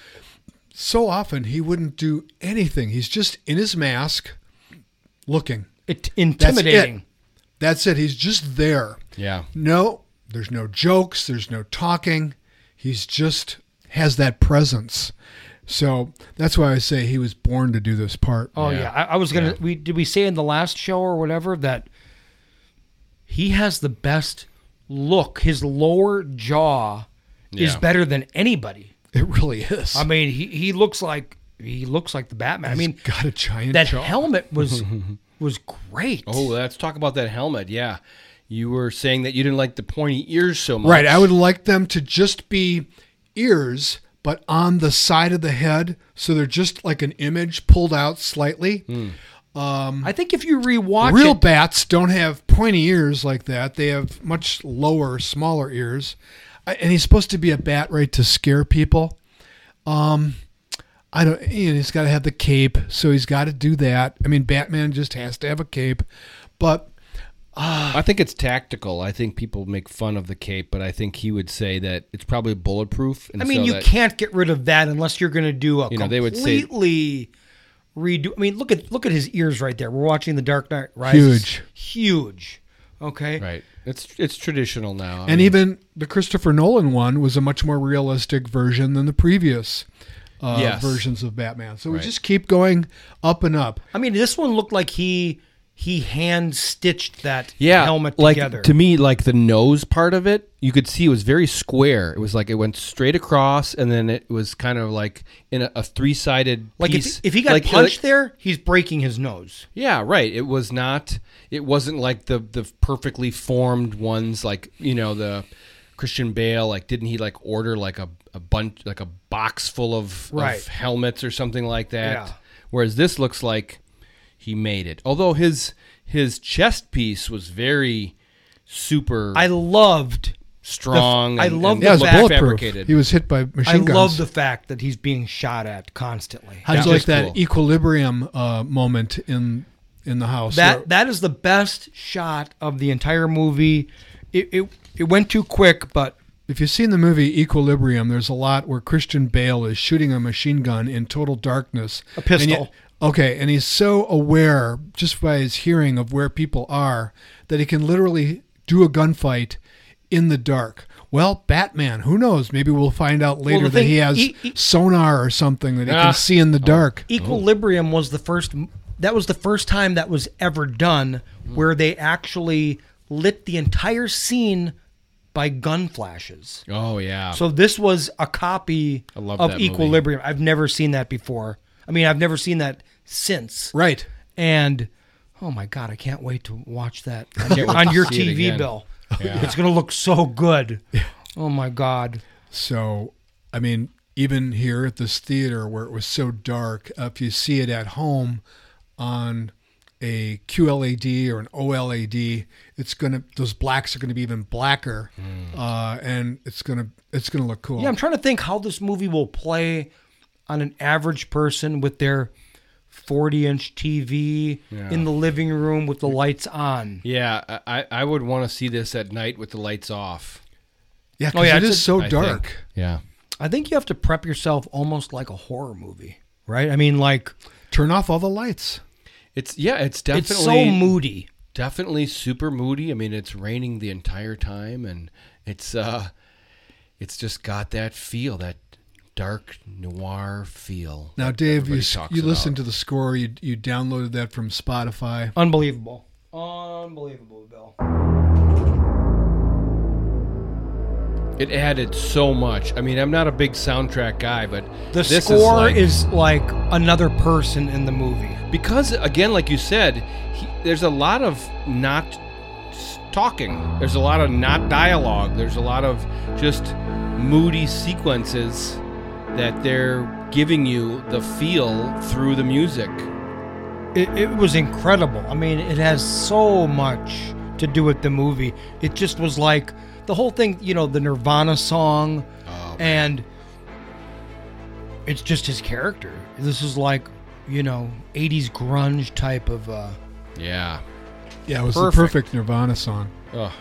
Speaker 3: So often he wouldn't do anything. He's just in his mask, looking.
Speaker 1: It
Speaker 3: That's
Speaker 1: intimidating.
Speaker 3: it. That's it. He's just there.
Speaker 2: Yeah.
Speaker 3: No, there's no jokes. There's no talking. He's just has that presence. So that's why I say he was born to do this part.
Speaker 1: Oh yeah,
Speaker 2: Yeah.
Speaker 1: I, I was gonna. We did we say in the last show or whatever that he has the best look. His lower jaw is
Speaker 2: Yeah.
Speaker 1: better than anybody.
Speaker 3: It really is.
Speaker 1: I mean, he he looks like he looks like the Batman. I mean,
Speaker 3: He's got a giant
Speaker 1: that
Speaker 3: jaw.
Speaker 1: helmet was was great.
Speaker 2: Oh, let's talk about that helmet. Yeah. You were saying that you didn't like the pointy ears so much.
Speaker 3: Right. I would like them to just be ears, but on the side of the head, so they're just like an image pulled out slightly.
Speaker 1: I think if you rewatch
Speaker 3: Real
Speaker 1: it,
Speaker 3: bats don't have pointy ears like that. They have much lower, smaller ears. I- And he's supposed to be a bat, right, to scare people. Um, I don't. You know, he's got to have the cape, so he's got to do that. I mean, Batman just has to have a cape. But
Speaker 2: I think it's tactical. I think people make fun of the cape, but I think he would say that it's probably bulletproof. And
Speaker 1: I mean,
Speaker 2: so
Speaker 1: you
Speaker 2: that-
Speaker 1: can't get rid of that unless you're going to do a
Speaker 2: You know,
Speaker 1: completely
Speaker 2: they would say-
Speaker 1: redo. I mean, look at look at his ears right there. We're watching The Dark Knight Rises.
Speaker 3: huge.
Speaker 1: huge. Okay,
Speaker 2: Right. It's it's traditional now. I
Speaker 3: And
Speaker 2: mean,
Speaker 3: even the Christopher Nolan one was a much more realistic version than the previous uh,
Speaker 2: Yes.
Speaker 3: versions of Batman. So
Speaker 2: Right.
Speaker 3: we just keep going up and up.
Speaker 1: I mean, this one looked like he he hand stitched that
Speaker 2: yeah,
Speaker 1: helmet
Speaker 2: like
Speaker 1: together.
Speaker 2: to me, like the nose part of it, you could see it was very square. It was like it went straight across, and then it was kind of like in a, a three sided
Speaker 1: like
Speaker 2: piece.
Speaker 1: if, if he got
Speaker 2: Like-
Speaker 1: punched
Speaker 2: like-
Speaker 1: there, he's breaking his nose.
Speaker 2: Yeah, right. It was not. It wasn't like the the perfectly formed ones, like you know the Christian Bale. Like, didn't he like order like a, a bunch, like a box full of, of
Speaker 1: Right.
Speaker 2: helmets or something like that?
Speaker 1: Yeah.
Speaker 2: Whereas this looks like he made it. Although his his chest piece was very super
Speaker 1: I loved
Speaker 2: strong.
Speaker 1: I love the
Speaker 3: Yeah, it was
Speaker 1: fact-
Speaker 2: well
Speaker 3: bulletproof.
Speaker 2: fabricated.
Speaker 3: He was hit by machine
Speaker 1: I
Speaker 3: guns.
Speaker 1: love the fact that he's being shot at constantly.
Speaker 3: How'd
Speaker 2: Yeah.
Speaker 3: you like
Speaker 2: Just
Speaker 3: that
Speaker 2: cool.
Speaker 3: equilibrium uh, moment in in the house?
Speaker 1: That that is the best shot of the entire movie. It it, it went too quick, but
Speaker 3: If you've seen the movie Equilibrium, there's a lot where Christian Bale is shooting a machine gun in total darkness.
Speaker 1: A pistol.
Speaker 3: And yet- okay, and he's so aware just by his hearing of where people are that he can literally do a gunfight in the dark. Well, Batman, who knows? Maybe we'll find out later
Speaker 1: the
Speaker 3: that
Speaker 1: thing-
Speaker 3: he has
Speaker 1: e- e-
Speaker 3: sonar or something that he
Speaker 2: Ah.
Speaker 3: can see in the dark.
Speaker 1: Equilibrium was the first. That was the first time that was ever done, where they actually lit the entire scene by gun flashes.
Speaker 2: oh yeah.
Speaker 1: So this was a copy
Speaker 2: love
Speaker 1: of
Speaker 2: that movie.
Speaker 1: Equilibrium. I've never seen that before. I mean, I've never seen that since.
Speaker 3: Right.
Speaker 1: And oh my god, I can't wait to watch that on,
Speaker 2: can't
Speaker 1: your-
Speaker 2: wait
Speaker 1: on
Speaker 2: to
Speaker 1: your
Speaker 2: see it
Speaker 1: TV
Speaker 2: again.
Speaker 1: bill. It's gonna look so good. Oh my god.
Speaker 3: So, I mean, even here at this theater where it was so dark, uh, if you see it at home on a QLAD or an OLAD, it's gonna those blacks are gonna be even blacker, uh, and it's gonna it's gonna look cool.
Speaker 1: Yeah, I'm trying to think how this movie will play on an average person with their 40 inch TV in the living room with the lights on.
Speaker 2: yeah, I- I, I would want to see this at night with the lights off.
Speaker 3: yeah, 'cause
Speaker 1: Oh, yeah,
Speaker 3: it
Speaker 1: it's
Speaker 3: is
Speaker 1: a-
Speaker 3: so
Speaker 2: I think.
Speaker 3: dark.
Speaker 2: Yeah.
Speaker 1: I think you have to prep yourself almost like a horror movie, right? I mean, like,
Speaker 3: Turn off all the lights.
Speaker 2: It's yeah, it's definitely
Speaker 1: it's so moody.
Speaker 2: definitely super moody. I mean, it's raining the entire time, and it's uh, it's just got that feel, that dark noir feel.
Speaker 3: Now,
Speaker 2: that
Speaker 3: Dave, you
Speaker 2: everybody
Speaker 3: s-
Speaker 2: talks
Speaker 3: you listened
Speaker 2: about.
Speaker 3: to the score. You you downloaded that from Spotify.
Speaker 1: Unbelievable. Unbelievable, Bill.
Speaker 2: it added so much. I mean, I'm not a big soundtrack guy, but
Speaker 1: The
Speaker 2: this
Speaker 1: score
Speaker 2: is, like-
Speaker 1: is like, another person in the movie.
Speaker 2: because again, like you said, he, there's a lot of not s- talking. There's a lot of not dialogue. There's a lot of just moody sequences that they're giving you the feel through the music.
Speaker 1: It, it was incredible. I mean, it has so much to do with the movie. It just was like the whole thing, you know, the Nirvana song,
Speaker 2: Oh,
Speaker 1: and it's just his character. This is like, you know, 80s grunge type of. Uh,
Speaker 2: Yeah.
Speaker 3: Yeah, it was the
Speaker 1: Perfect.
Speaker 3: perfect Nirvana song.
Speaker 2: Oh,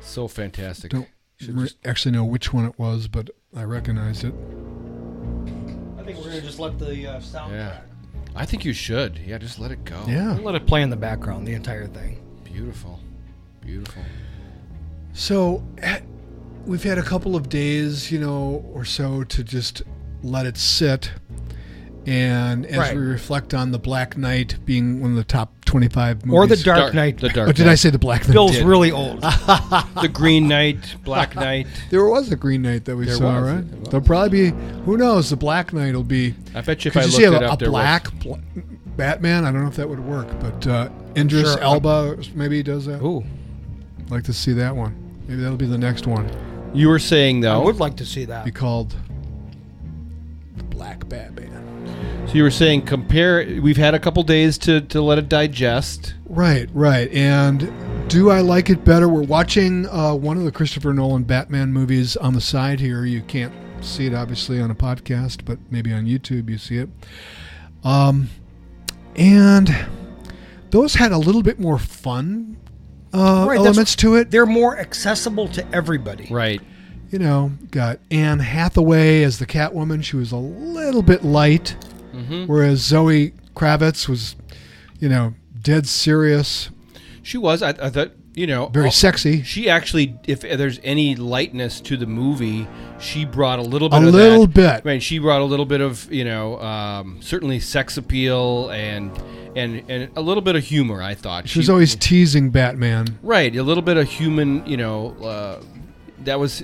Speaker 2: so fantastic.
Speaker 3: Don't re- actually know which one it was, but I recognized it.
Speaker 1: I think we're going to just let the uh, soundtrack.
Speaker 2: Yeah. I think you should. Yeah, just let it go.
Speaker 3: Yeah.
Speaker 1: Let it play in the background, the entire thing.
Speaker 2: Beautiful. Beautiful.
Speaker 3: So eh, we've had a couple of days, you know, or so to just let it sit. And as
Speaker 1: Right.
Speaker 3: we reflect on The Black Knight being one of the top 25 movies.
Speaker 1: Or The Dark,
Speaker 2: Dark-
Speaker 1: Knight.
Speaker 2: The Dark
Speaker 3: Oh, did
Speaker 2: Knight.
Speaker 3: I say The Black Knight?
Speaker 1: Bill's
Speaker 2: did.
Speaker 1: really old.
Speaker 2: the Green Knight, Black Knight.
Speaker 3: There was a Green Knight that we
Speaker 2: There
Speaker 3: saw,
Speaker 2: was,
Speaker 3: right?
Speaker 2: there was.
Speaker 3: There'll probably be, who knows, The Black Knight will be.
Speaker 2: I bet you if
Speaker 3: Could
Speaker 2: I
Speaker 3: you
Speaker 2: looked
Speaker 3: see a,
Speaker 2: it up,
Speaker 3: a
Speaker 2: there
Speaker 3: black bl- Batman? I don't know if that would work, but uh, Idris
Speaker 1: Sure.
Speaker 3: Elba maybe does that.
Speaker 1: Ooh.
Speaker 3: I'd like to see that one. Maybe that'll be the next one.
Speaker 2: was. You were saying
Speaker 1: I
Speaker 2: though.
Speaker 1: would like to see that.
Speaker 3: Be called The Black Batman.
Speaker 2: So you were saying compare. We've had a couple days to to let it digest.
Speaker 3: Right, right. And do I like it better? We're watching uh, one of the Christopher Nolan Batman movies on the side here. You can't see it obviously on a podcast, but maybe on YouTube you see it. Um, and those had a little bit more fun uh,
Speaker 1: Right, that's-
Speaker 3: elements to it.
Speaker 1: They're more accessible to everybody.
Speaker 2: Right.
Speaker 3: you know, got Anne Hathaway as the Catwoman. She was a little bit light,
Speaker 1: Mm-hmm.
Speaker 3: whereas Zoe Kravitz was, you know, dead serious,
Speaker 2: She was. I, I thought you know
Speaker 3: very
Speaker 2: all-
Speaker 3: sexy.
Speaker 2: She actually, if there's any lightness to the movie, she brought a little bit.
Speaker 3: A
Speaker 2: of
Speaker 3: little
Speaker 2: that.
Speaker 3: bit.
Speaker 2: I mean, she brought a little bit of you know, um, certainly sex appeal and and and a little bit of humor. I thought
Speaker 3: She was always teasing Batman.
Speaker 2: right. A little bit of human. You know, uh, that was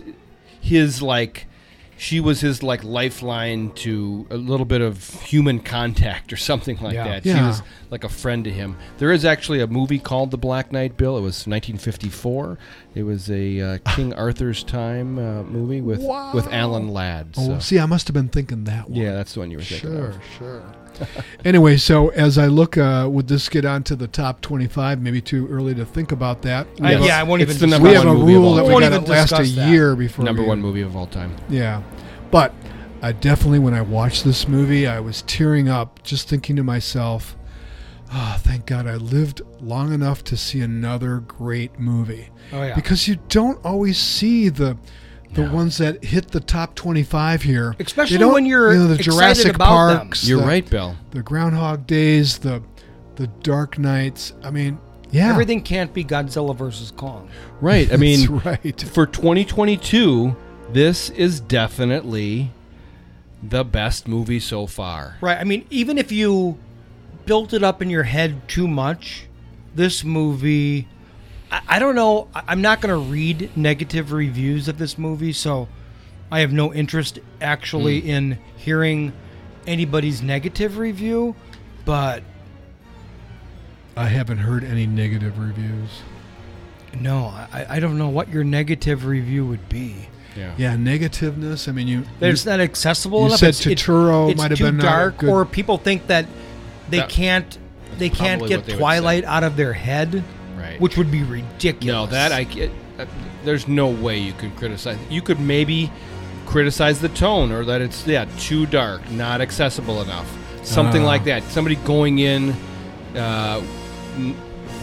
Speaker 2: his like. She was his like lifeline to a little bit of human contact or something like
Speaker 1: Yeah.
Speaker 2: that. She
Speaker 3: Yeah.
Speaker 2: was like a friend to him. There is actually a movie called The Black Knight Bill. It was 1954. It was a uh, King Arthur's time uh, movie with
Speaker 3: Ah. Wow.
Speaker 2: with Alan Ladd.
Speaker 3: Oh,
Speaker 2: So.
Speaker 3: see, I must have been thinking that one.
Speaker 2: Yeah, that's the one you were thinking.
Speaker 3: Sure,
Speaker 2: Of.
Speaker 3: sure. anyway, so as I look, uh, would this get onto the top 25? Maybe too early to think about that. We
Speaker 1: I-
Speaker 3: have a-
Speaker 1: yeah, I won't
Speaker 2: It's
Speaker 1: even.
Speaker 2: the
Speaker 1: discuss
Speaker 2: number
Speaker 3: we
Speaker 1: it.
Speaker 3: have a
Speaker 2: one movie of
Speaker 3: rule
Speaker 2: all
Speaker 3: that we
Speaker 1: time.
Speaker 3: got to
Speaker 1: Won't even
Speaker 3: last a
Speaker 1: discuss that.
Speaker 3: year before
Speaker 2: Number
Speaker 3: we-
Speaker 2: one movie of all time.
Speaker 3: Yeah, but I definitely, when I watched this movie, I was tearing up, just thinking to myself, "Ah, thank God I lived long enough to see another great movie."
Speaker 1: Oh, yeah.
Speaker 3: Because you don't always see the the
Speaker 2: No.
Speaker 3: ones that hit the top twenty-five here, They
Speaker 1: Especially
Speaker 3: don't-
Speaker 1: when you're
Speaker 3: you know, the
Speaker 1: excited
Speaker 3: Jurassic
Speaker 1: about them.
Speaker 3: Parks.
Speaker 2: You're
Speaker 3: the,
Speaker 2: right, Bill.
Speaker 3: The Groundhog Days, the the Dark Knights. I mean, yeah,
Speaker 1: Everything can't be Godzilla versus Kong.
Speaker 2: Right. I
Speaker 3: That's
Speaker 2: mean,
Speaker 3: right.
Speaker 2: for 2022, this is definitely the best movie so far.
Speaker 1: Right. I mean, even if you built it up in your head too much, this movie. I, I don't know. I, I'm not going to read negative reviews of this movie, so I have no interest actually in hearing anybody's negative review. But
Speaker 3: I haven't heard any negative reviews.
Speaker 1: no, I, I don't know what your negative review would be.
Speaker 2: Yeah.
Speaker 3: Yeah, negativeness. I mean, you.
Speaker 1: That
Speaker 3: you-
Speaker 1: it's not accessible
Speaker 3: you
Speaker 1: enough.
Speaker 3: said
Speaker 1: it's, it-
Speaker 3: Totoro
Speaker 1: it's
Speaker 3: might have
Speaker 1: too
Speaker 3: been not a
Speaker 1: dark,
Speaker 3: good-
Speaker 1: or people think that they
Speaker 2: That-
Speaker 1: can't they can't
Speaker 2: probably
Speaker 1: get
Speaker 2: what they would
Speaker 1: Twilight out of their head,
Speaker 2: Right.
Speaker 1: which would be
Speaker 2: No,
Speaker 1: ridiculous.
Speaker 2: that I get. uh, There's no way you could criticize. You could maybe criticize the tone or that it's yeah too dark, not accessible enough, something
Speaker 3: Ah.
Speaker 2: like that. Somebody going in, uh, n-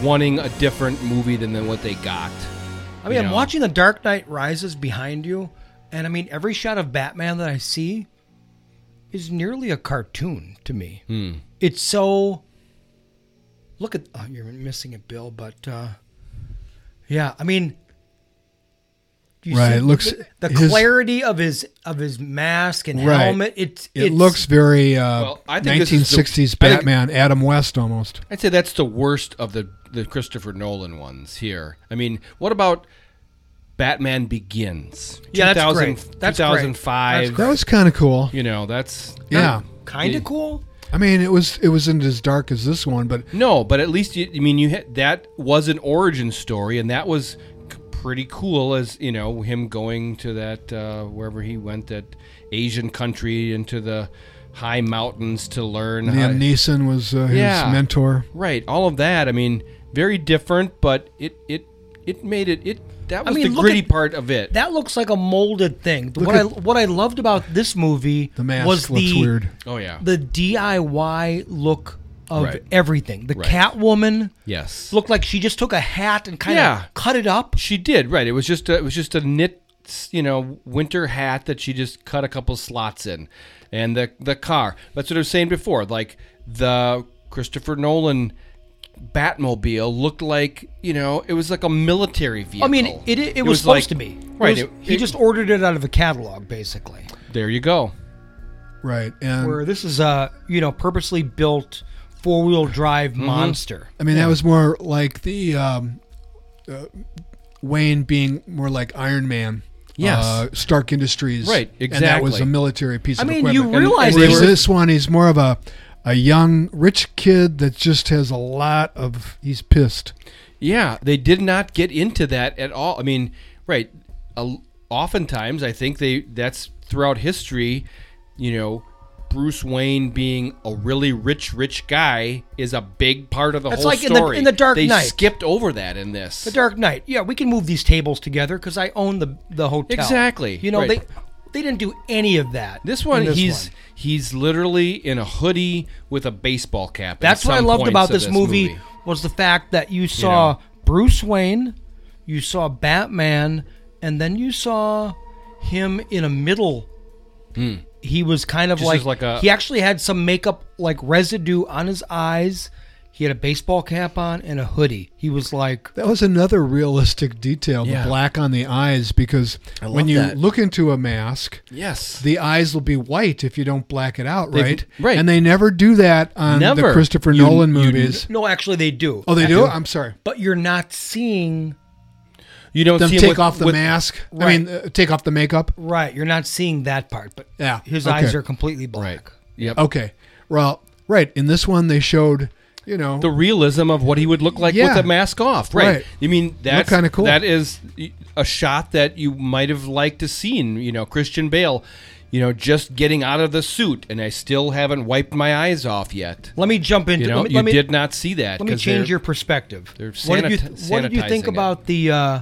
Speaker 2: wanting a different movie than, than what they got.
Speaker 1: I mean,
Speaker 2: you
Speaker 1: I'm
Speaker 2: know.
Speaker 1: watching The Dark Knight Rises behind you, and I mean every shot of Batman that I see is nearly a cartoon to me.
Speaker 3: Hmm.
Speaker 1: It's so. Look at oh, you're missing it, Bill, but uh, yeah, I mean. do you
Speaker 3: Right,
Speaker 1: see
Speaker 3: it looks-
Speaker 1: the, the
Speaker 3: his-
Speaker 1: clarity of his of his mask and
Speaker 3: Right.
Speaker 1: helmet. It's
Speaker 3: It
Speaker 1: it's-
Speaker 3: looks very uh,
Speaker 2: Well, I think this is the-
Speaker 3: 1960s
Speaker 2: I think-
Speaker 3: Batman, Adam West almost.
Speaker 2: I'd say that's the worst of the the Christopher Nolan ones here. I mean, what about Batman Begins?
Speaker 1: Yeah, that's
Speaker 2: 2000
Speaker 1: great. That's great.
Speaker 2: 2005.
Speaker 1: That's
Speaker 3: That was kind of cool.
Speaker 2: You know, that's
Speaker 3: Yeah,
Speaker 1: kind of cool.
Speaker 3: I mean, it was it wasn't as dark as this one, but
Speaker 2: No, but at least you, I mean you had, that was an origin story, and that was c- pretty cool. As you know, him going to that uh, wherever he went, that Asian country into the high mountains to learn. how,
Speaker 3: Liam Neeson was uh, his
Speaker 2: Yeah.
Speaker 3: mentor.
Speaker 2: right, all of that. I mean, very different, but it it it made it it. That was
Speaker 1: mean,
Speaker 2: the
Speaker 1: look
Speaker 2: gritty
Speaker 1: at-
Speaker 2: part of it.
Speaker 1: That looks like a molded thing. What I
Speaker 3: at-
Speaker 1: what I loved about this movie
Speaker 3: The mask
Speaker 1: was
Speaker 3: looks
Speaker 1: the
Speaker 3: weird.
Speaker 2: oh yeah,
Speaker 1: the DIY look of
Speaker 2: Right.
Speaker 1: everything. The
Speaker 2: Right.
Speaker 1: Catwoman
Speaker 2: yes,
Speaker 1: looked like she just took a hat and kind of
Speaker 2: Yeah.
Speaker 1: cut it up.
Speaker 2: She did, right? It was just a, it was just a knit, you know, winter hat that she just cut a couple slots in, and the the car. That's what I was saying before. Like the Christopher Nolan Batmobile looked like you know it was like a military vehicle.
Speaker 1: I mean, it, it, it was,
Speaker 2: like-
Speaker 1: supposed to be. It
Speaker 2: right.
Speaker 1: was-
Speaker 2: it-
Speaker 1: he
Speaker 2: it-
Speaker 1: just ordered it out of a catalog, basically.
Speaker 2: there you go.
Speaker 3: Right, and
Speaker 1: Where this is a you know purposely built four wheel drive
Speaker 2: Mm-hmm.
Speaker 1: monster.
Speaker 3: I mean that was more like the um, uh, Wayne being more like Iron Man.
Speaker 2: Yes.
Speaker 3: uh, Stark Industries.
Speaker 2: Right,
Speaker 3: And that was
Speaker 2: exactly.
Speaker 3: a military piece
Speaker 1: I
Speaker 3: of
Speaker 1: mean,
Speaker 3: equipment.
Speaker 1: you
Speaker 2: and
Speaker 1: realize
Speaker 2: they
Speaker 1: they
Speaker 3: Whereas
Speaker 1: were,
Speaker 3: this one, he's more of a a young rich kid that just has a lot of. He's pissed.
Speaker 2: Yeah, they did not get into that at all. I mean, right? A, oftentimes, I think they that's throughout history. You know, Bruce Wayne being a really rich, rich guy is a big part of the
Speaker 1: That's
Speaker 2: whole
Speaker 1: like in the-
Speaker 2: story.
Speaker 1: in The Dark
Speaker 2: they
Speaker 1: Knight.
Speaker 2: skipped over that in this.
Speaker 1: The Dark Knight. Yeah, we can move these tables together because I own the the hotel.
Speaker 2: Exactly,
Speaker 1: You know
Speaker 2: right.
Speaker 1: they they didn't do any of that.
Speaker 2: this one,
Speaker 1: in this
Speaker 2: he's
Speaker 1: one.
Speaker 2: he's literally in a hoodie with a baseball cap. at
Speaker 1: That's what I
Speaker 2: some
Speaker 1: loved
Speaker 2: points
Speaker 1: about
Speaker 2: of
Speaker 1: this movie, was the fact that you saw Bruce Wayne, you saw Batman, and then you saw him in a middle. He was kind of
Speaker 2: Hmm. Just
Speaker 1: like,
Speaker 2: as like a-
Speaker 1: he actually had some makeup like residue on his eyes. He had a baseball cap on and a hoodie. He was like
Speaker 3: That was another realistic detail,
Speaker 2: Yeah.
Speaker 3: the black on the eyes, because
Speaker 4: love
Speaker 3: when you
Speaker 4: that.
Speaker 3: look into a mask,
Speaker 2: Yes.
Speaker 3: the eyes will be white if you don't black it out, right?
Speaker 2: right.
Speaker 3: And they never do that on the
Speaker 2: Never.
Speaker 3: Christopher
Speaker 2: You-
Speaker 3: Nolan
Speaker 2: you-
Speaker 3: movies.
Speaker 1: no, actually they do.
Speaker 3: oh, they do? I'm sorry.
Speaker 1: But you're not seeing
Speaker 2: you don't
Speaker 3: Them
Speaker 2: see him
Speaker 3: take
Speaker 2: with-
Speaker 3: off the
Speaker 2: with-
Speaker 3: mask. I
Speaker 1: Right.
Speaker 3: mean, uh, take off the makeup.
Speaker 1: right, you're not seeing that part, but
Speaker 3: Yeah,
Speaker 1: his
Speaker 3: okay.
Speaker 1: eyes are completely black.
Speaker 2: Right. Yep.
Speaker 3: Okay. Well, right. In this one, they showed, you know,
Speaker 2: The realism of what he would look like
Speaker 3: Yeah.
Speaker 2: with a mask off. Right.
Speaker 3: Right.
Speaker 2: You mean that's
Speaker 3: kinda cool.
Speaker 2: That is a shot that you might have liked to seen. You know, Christian Bale. You know, just getting out of the suit, and I still haven't wiped my eyes off yet.
Speaker 1: Let me jump into
Speaker 2: You know,
Speaker 1: let me,
Speaker 2: you
Speaker 1: let me-
Speaker 2: did not see that.
Speaker 1: Let me
Speaker 2: 'cause they're-
Speaker 1: change your perspective.
Speaker 2: they're
Speaker 1: what did you
Speaker 2: sanit-
Speaker 1: What did you
Speaker 2: sanitizing
Speaker 1: think
Speaker 2: it.
Speaker 1: about the uh,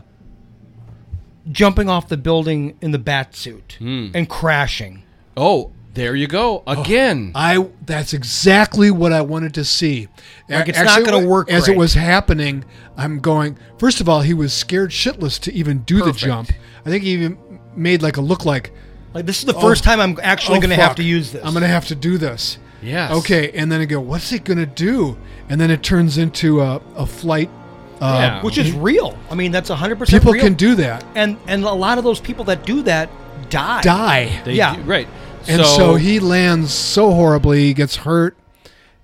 Speaker 1: jumping off the building in the bat suit
Speaker 2: Hmm.
Speaker 1: and crashing?
Speaker 2: Oh, there you go again.
Speaker 3: I that's exactly what I wanted to see.
Speaker 1: Like, it's not gonna work
Speaker 3: As
Speaker 1: right.
Speaker 3: it was happening, I'm going. First of all, he was scared shitless to even do
Speaker 2: Perfect.
Speaker 3: the jump. I think he even made like a look like
Speaker 1: Like this is the first time I'm actually
Speaker 3: "Oh,
Speaker 1: going to have
Speaker 3: fuck,
Speaker 1: to use this.
Speaker 3: I'm going to have to do this.
Speaker 2: Yes.
Speaker 3: Okay, and then I go, what's it going to do? And then it turns into a, a flight.
Speaker 1: Oh,
Speaker 2: yeah.
Speaker 1: which is real. I mean, that's 100 percent
Speaker 3: People
Speaker 1: real.
Speaker 3: can do that.
Speaker 1: and and a lot of those people that do that die.
Speaker 3: Die.
Speaker 2: They
Speaker 1: Yeah.
Speaker 2: do- right.
Speaker 3: and so, he lands so horribly, he gets hurt,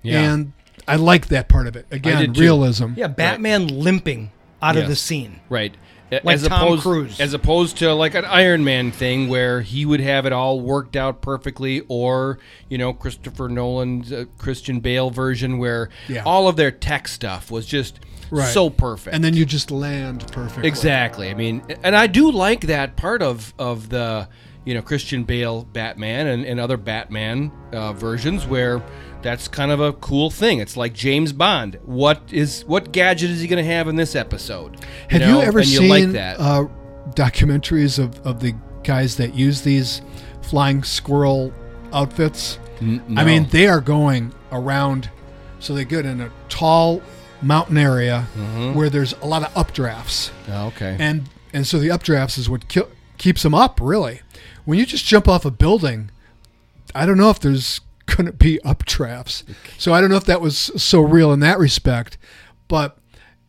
Speaker 2: Yeah.
Speaker 3: and I like that part of it. Again,
Speaker 2: did too.
Speaker 3: realism.
Speaker 1: Yeah, Batman limping out of
Speaker 2: Yes.
Speaker 1: the scene.
Speaker 2: Right. A-
Speaker 1: Like Tom
Speaker 2: opposed,
Speaker 1: Cruise.
Speaker 2: As opposed to like an Iron Man thing where he would have it all worked out perfectly, or, you know, Christopher Nolan's uh, Christian Bale version where
Speaker 3: Yeah.
Speaker 2: all of their tech stuff was just
Speaker 3: Right.
Speaker 2: so perfect.
Speaker 3: And then you just land perfectly.
Speaker 2: Exactly. I mean, and I do like that part of of the you know Christian Bale Batman and, and other Batman uh, versions where that's kind of a cool thing. It's like James Bond. What is what gadget is he going to have in this episode?
Speaker 3: Have you,
Speaker 2: know,
Speaker 3: ever
Speaker 2: and
Speaker 3: seen
Speaker 2: you like that?
Speaker 3: Uh, documentaries of, of the guys that use these flying squirrel outfits? I mean, they are going around, so they get in a tall mountain area
Speaker 2: Mm-hmm.
Speaker 3: where there's a lot of updrafts,
Speaker 2: Oh, okay.
Speaker 3: and and so the updrafts is what ki- keeps them up. Really, when you just jump off a building, I don't know if there's going to be updrafts. So I don't know if that was so real in that respect, but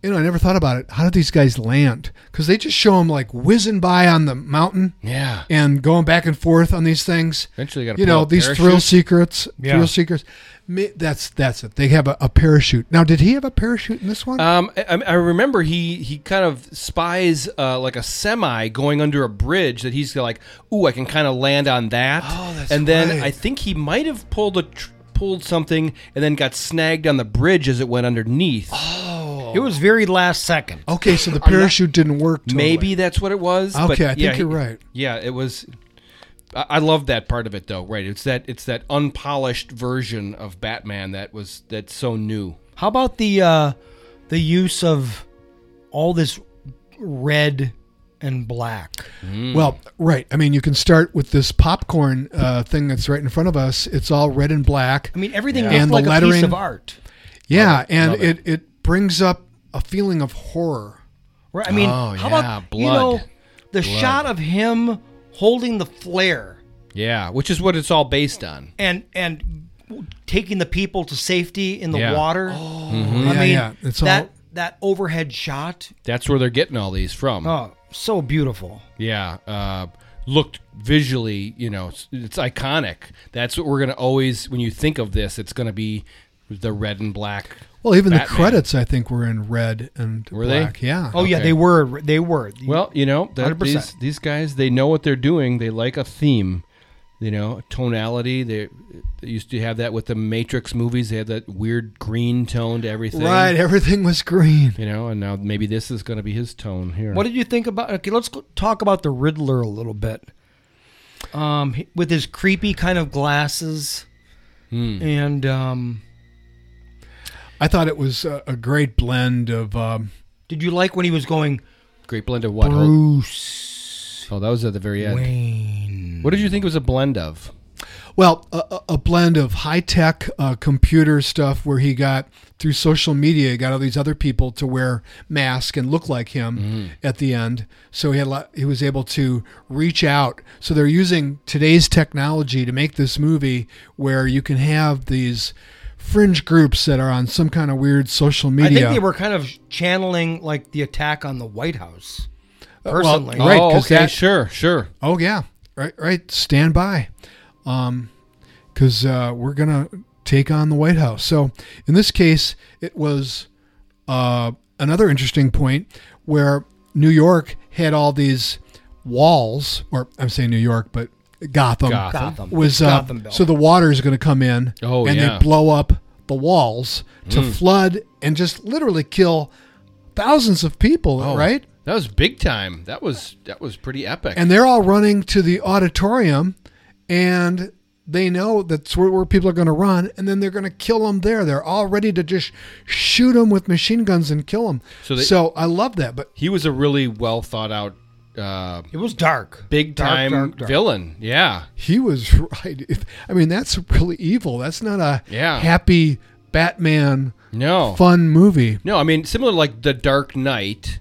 Speaker 3: you know, I never thought about it. How did these guys land? Because they just show them like whizzing by on the mountain
Speaker 2: yeah.
Speaker 3: and going back and forth on these things.
Speaker 2: Eventually, you gotta
Speaker 3: you
Speaker 2: pull
Speaker 3: know
Speaker 2: out
Speaker 3: these
Speaker 2: parachute.
Speaker 3: thrill secrets,
Speaker 1: Yeah.
Speaker 3: thrill secrets. Ma- That's that's it. They have a, a parachute. Now, did he have a parachute in this one?
Speaker 2: Um, I, I remember he he kind of spies uh, like a semi going under a bridge that he's like, ooh, I can kind of land on that.
Speaker 3: Oh, that's
Speaker 2: and then
Speaker 3: right.
Speaker 2: I think he might have pulled a tr- pulled something and then got snagged on the bridge as it went underneath.
Speaker 3: Oh,
Speaker 2: Oh.
Speaker 1: It was very last second.
Speaker 3: okay, so the parachute didn't work. Totally.
Speaker 2: Maybe that's what it was. but
Speaker 3: Okay, I think
Speaker 2: yeah, he-
Speaker 3: you're right.
Speaker 2: Yeah, it was. I I love that part of it though. Right, it's that it's that unpolished version of Batman that was that's so new.
Speaker 1: How about the uh, the use of all this red and black?
Speaker 3: Well, right. I mean, you can start with this popcorn uh, thing that's right in front of us. It's all red and black.
Speaker 1: I mean, everything
Speaker 3: Yeah.
Speaker 1: looked
Speaker 3: And the
Speaker 1: like a piece
Speaker 3: lettering.
Speaker 1: of art.
Speaker 3: yeah, and
Speaker 2: love
Speaker 3: it.
Speaker 2: it.
Speaker 3: It, brings up a feeling of horror.
Speaker 1: Right? I mean,
Speaker 2: Oh,
Speaker 1: how
Speaker 2: yeah,
Speaker 1: about you know
Speaker 2: blood.
Speaker 1: the shot of him holding the flare
Speaker 2: Yeah, which is what it's all based on.
Speaker 1: and and taking the people to safety in the
Speaker 2: Yeah. Oh.
Speaker 1: water. I
Speaker 3: Yeah,
Speaker 1: mean,
Speaker 3: yeah, it's all-
Speaker 1: that that overhead shot.
Speaker 2: That's where they're getting all these from.
Speaker 1: Oh, so beautiful.
Speaker 2: Yeah, uh, looked visually, you know, it's, it's iconic. That's what we're gonna always when you think of this, it's gonna be the red and black.
Speaker 3: Well, even the
Speaker 2: Batman.
Speaker 3: credits, I think, were in red and
Speaker 2: Were they?
Speaker 3: black. Yeah.
Speaker 1: Oh yeah,
Speaker 2: Okay.
Speaker 1: they were they were.
Speaker 2: Well, you know, that,
Speaker 1: 100%.
Speaker 2: these these guys they know what they're doing. They like a theme, you know, tonality. They, they used to have that with the Matrix movies. They had that weird green tone to everything,
Speaker 3: right. Everything was green.
Speaker 2: You know, and now maybe this is gonna be his tone here.
Speaker 1: What did you think about? Okay, let's go talk about the Riddler a little bit. Um, he- with his creepy kind of glasses,
Speaker 2: Hmm.
Speaker 1: and um,
Speaker 3: I thought it was a, a great blend of. Um,
Speaker 1: did you like when he was going
Speaker 2: Great blend of what?
Speaker 1: Bruce
Speaker 2: Oh, that was at the very end.
Speaker 1: Wayne?
Speaker 2: What did you think it was a blend of?
Speaker 3: Well, a, a- a blend of high tech uh, computer stuff where he got through social media, he got all these other people to wear masks and look like him
Speaker 1: Mm-hmm.
Speaker 3: at the end. So he had a lot, he was able to reach out. So they're using today's technology to make this movie where you can have these fringe groups that are on some kind of weird social
Speaker 1: I
Speaker 3: media.
Speaker 1: think they were kind of channeling like the attack on the White House.
Speaker 3: Uh, well,
Speaker 1: Personally,
Speaker 3: Right,
Speaker 2: oh,
Speaker 3: 'cause
Speaker 2: okay,
Speaker 3: that-
Speaker 2: sure, sure.
Speaker 3: Oh yeah, right, right. Stand by, Um 'cause because uh, we're gonna take on the White House. So in this case, it was uh, another interesting point where New York had all these walls, or I'm saying New York, but Gotham,
Speaker 2: Gotham.
Speaker 1: Gotham
Speaker 3: was uh,
Speaker 1: Gotham Bill.
Speaker 3: so the water is going to come in,
Speaker 2: Oh,
Speaker 3: and
Speaker 2: yeah. Mm.
Speaker 3: they blow up the walls to flood and just literally kill thousands of people.
Speaker 2: Oh,
Speaker 3: Right?
Speaker 2: That was big time. That was that was pretty epic.
Speaker 3: and they're all running to the auditorium and they know that's where, where people are going to run and then they're going to kill them there they're all ready to just shoot them with machine guns and kill them
Speaker 2: So
Speaker 3: so,
Speaker 2: they-
Speaker 3: i love that but
Speaker 2: he was a really well thought out, uh,
Speaker 1: it was dark,
Speaker 2: big
Speaker 1: Dark,
Speaker 2: time
Speaker 1: dark, dark.
Speaker 2: villain. Yeah,
Speaker 3: he was right If- i mean that's really evil that's not a
Speaker 2: Yeah. Oh.
Speaker 3: happy batman
Speaker 2: no,
Speaker 3: fun movie
Speaker 2: no. I mean, similar to, like the Dark Knight,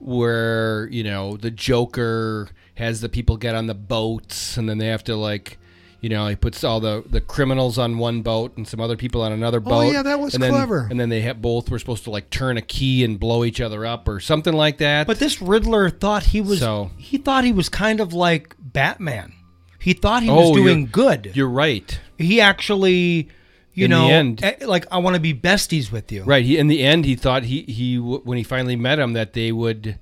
Speaker 2: where you know the Joker has the people get on the boats, and then they have to like. You know, he puts all the, the criminals on one boat and some other people on another boat.
Speaker 3: Oh, yeah, that was
Speaker 2: and then-
Speaker 3: clever.
Speaker 2: And then they had both were supposed to like turn a key and blow each other up or something like that.
Speaker 1: But this Riddler thought he was
Speaker 2: So-
Speaker 1: he thought he was kind of like Batman. He thought he was
Speaker 2: Oh, you're-
Speaker 1: doing good.
Speaker 2: you're right.
Speaker 1: He actually, you
Speaker 2: In the
Speaker 1: know,
Speaker 2: end-
Speaker 1: eh, like I want to be besties with you.
Speaker 2: Right. He, in the end, he thought he he w- when he finally met him that they would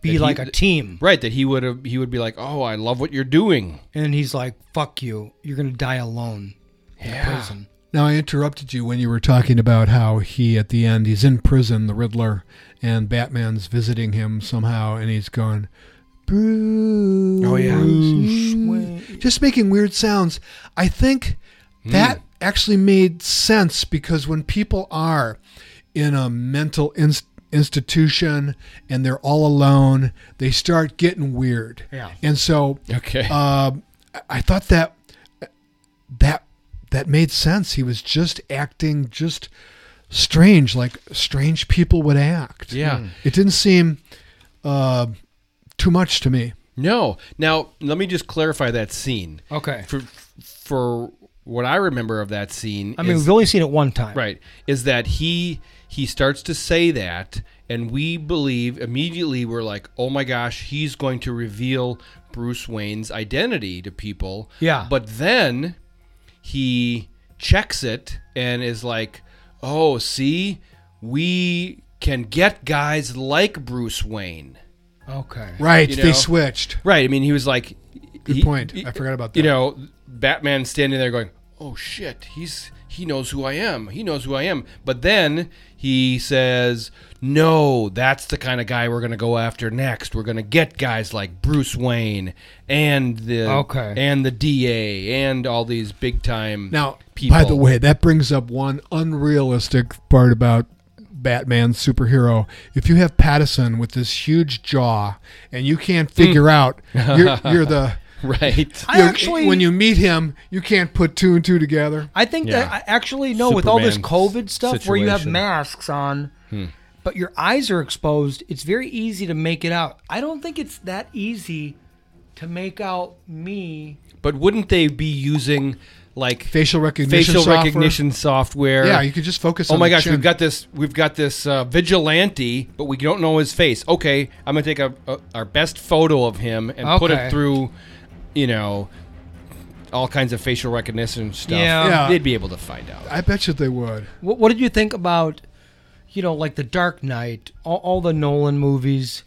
Speaker 1: Be
Speaker 2: that he-
Speaker 1: like a team.
Speaker 2: right that he would have he would be like, oh, I love what you're doing.
Speaker 1: And he's like, "Fuck you. You're going to die alone in prison."
Speaker 3: Now I interrupted you when you were talking about how he at the end he's in prison, the Riddler, and Batman's visiting him somehow, and he's going, Bruce.
Speaker 2: Oh, yeah.
Speaker 1: Bruce Wayne.
Speaker 3: just making weird sounds. I think
Speaker 2: Hmm.
Speaker 3: that actually made sense because when people are in a mental inst institution and they're all alone, they start getting weird.
Speaker 1: Yeah.
Speaker 3: and so
Speaker 2: Okay.
Speaker 1: Uh,
Speaker 3: um, I- I thought that that that made sense. He was just acting just strange, like strange people would act.
Speaker 2: Yeah.
Speaker 1: hmm.
Speaker 3: it didn't seem uh, too much to me.
Speaker 2: no. Now let me just clarify that scene
Speaker 1: Okay.
Speaker 2: for for what I remember of that scene.
Speaker 1: I mean,
Speaker 2: is-
Speaker 1: we've only seen it one time.
Speaker 2: right is that he he starts to say that and we believe immediately we're like oh my gosh he's going to reveal bruce wayne's identity to people
Speaker 1: Yeah.
Speaker 2: but then he checks it and is like oh see we can get guys like bruce wayne
Speaker 1: Okay.
Speaker 3: Right,
Speaker 2: You know?
Speaker 3: they switched.
Speaker 2: right i mean he was like
Speaker 3: Good
Speaker 2: he-
Speaker 3: point.
Speaker 2: he-
Speaker 3: I forgot about that.
Speaker 2: you know, Batman standing there going, "Oh shit, he's he knows who I am. He knows who I am." But then he says, "No, that's the kind of guy we're going to go after next. We're going to get guys like Bruce Wayne and the
Speaker 1: Okay.
Speaker 2: and the DA and all these big time
Speaker 3: Now,
Speaker 2: people."
Speaker 3: by the way, that brings up one unrealistic part about Batman superhero. If you have Pattinson with this huge jaw and you can't
Speaker 2: Mm.
Speaker 3: figure out, you're, you're the
Speaker 2: right.
Speaker 1: I
Speaker 3: you're-
Speaker 1: actually
Speaker 3: when you meet him, you can't put two and two together.
Speaker 1: I think
Speaker 2: Yeah.
Speaker 1: that I actually no with all this
Speaker 2: Superman
Speaker 1: COVID stuff where you have
Speaker 2: situation. Hmm.
Speaker 1: masks on, but your eyes are exposed. It's very easy to make it out. I don't think it's that easy to make out me.
Speaker 2: But wouldn't they be using like
Speaker 3: Facial recognition.
Speaker 2: facial
Speaker 3: software.
Speaker 2: recognition software?
Speaker 3: Yeah, you could just focus.
Speaker 2: Oh
Speaker 3: on
Speaker 2: my
Speaker 3: the
Speaker 2: gosh,
Speaker 3: chin.
Speaker 2: we've got this we've got this uh, vigilante, but we don't know his face. Okay, I'm gonna take a, a our best photo of him and put
Speaker 1: Okay.
Speaker 2: it through, you know, all kinds of facial recognition stuff.
Speaker 1: Yeah.
Speaker 3: Yeah.
Speaker 2: they'd be able to find out.
Speaker 3: I bet you they would.
Speaker 1: What, what did you think about, you know, like the Dark Knight, all, all the Nolan movies,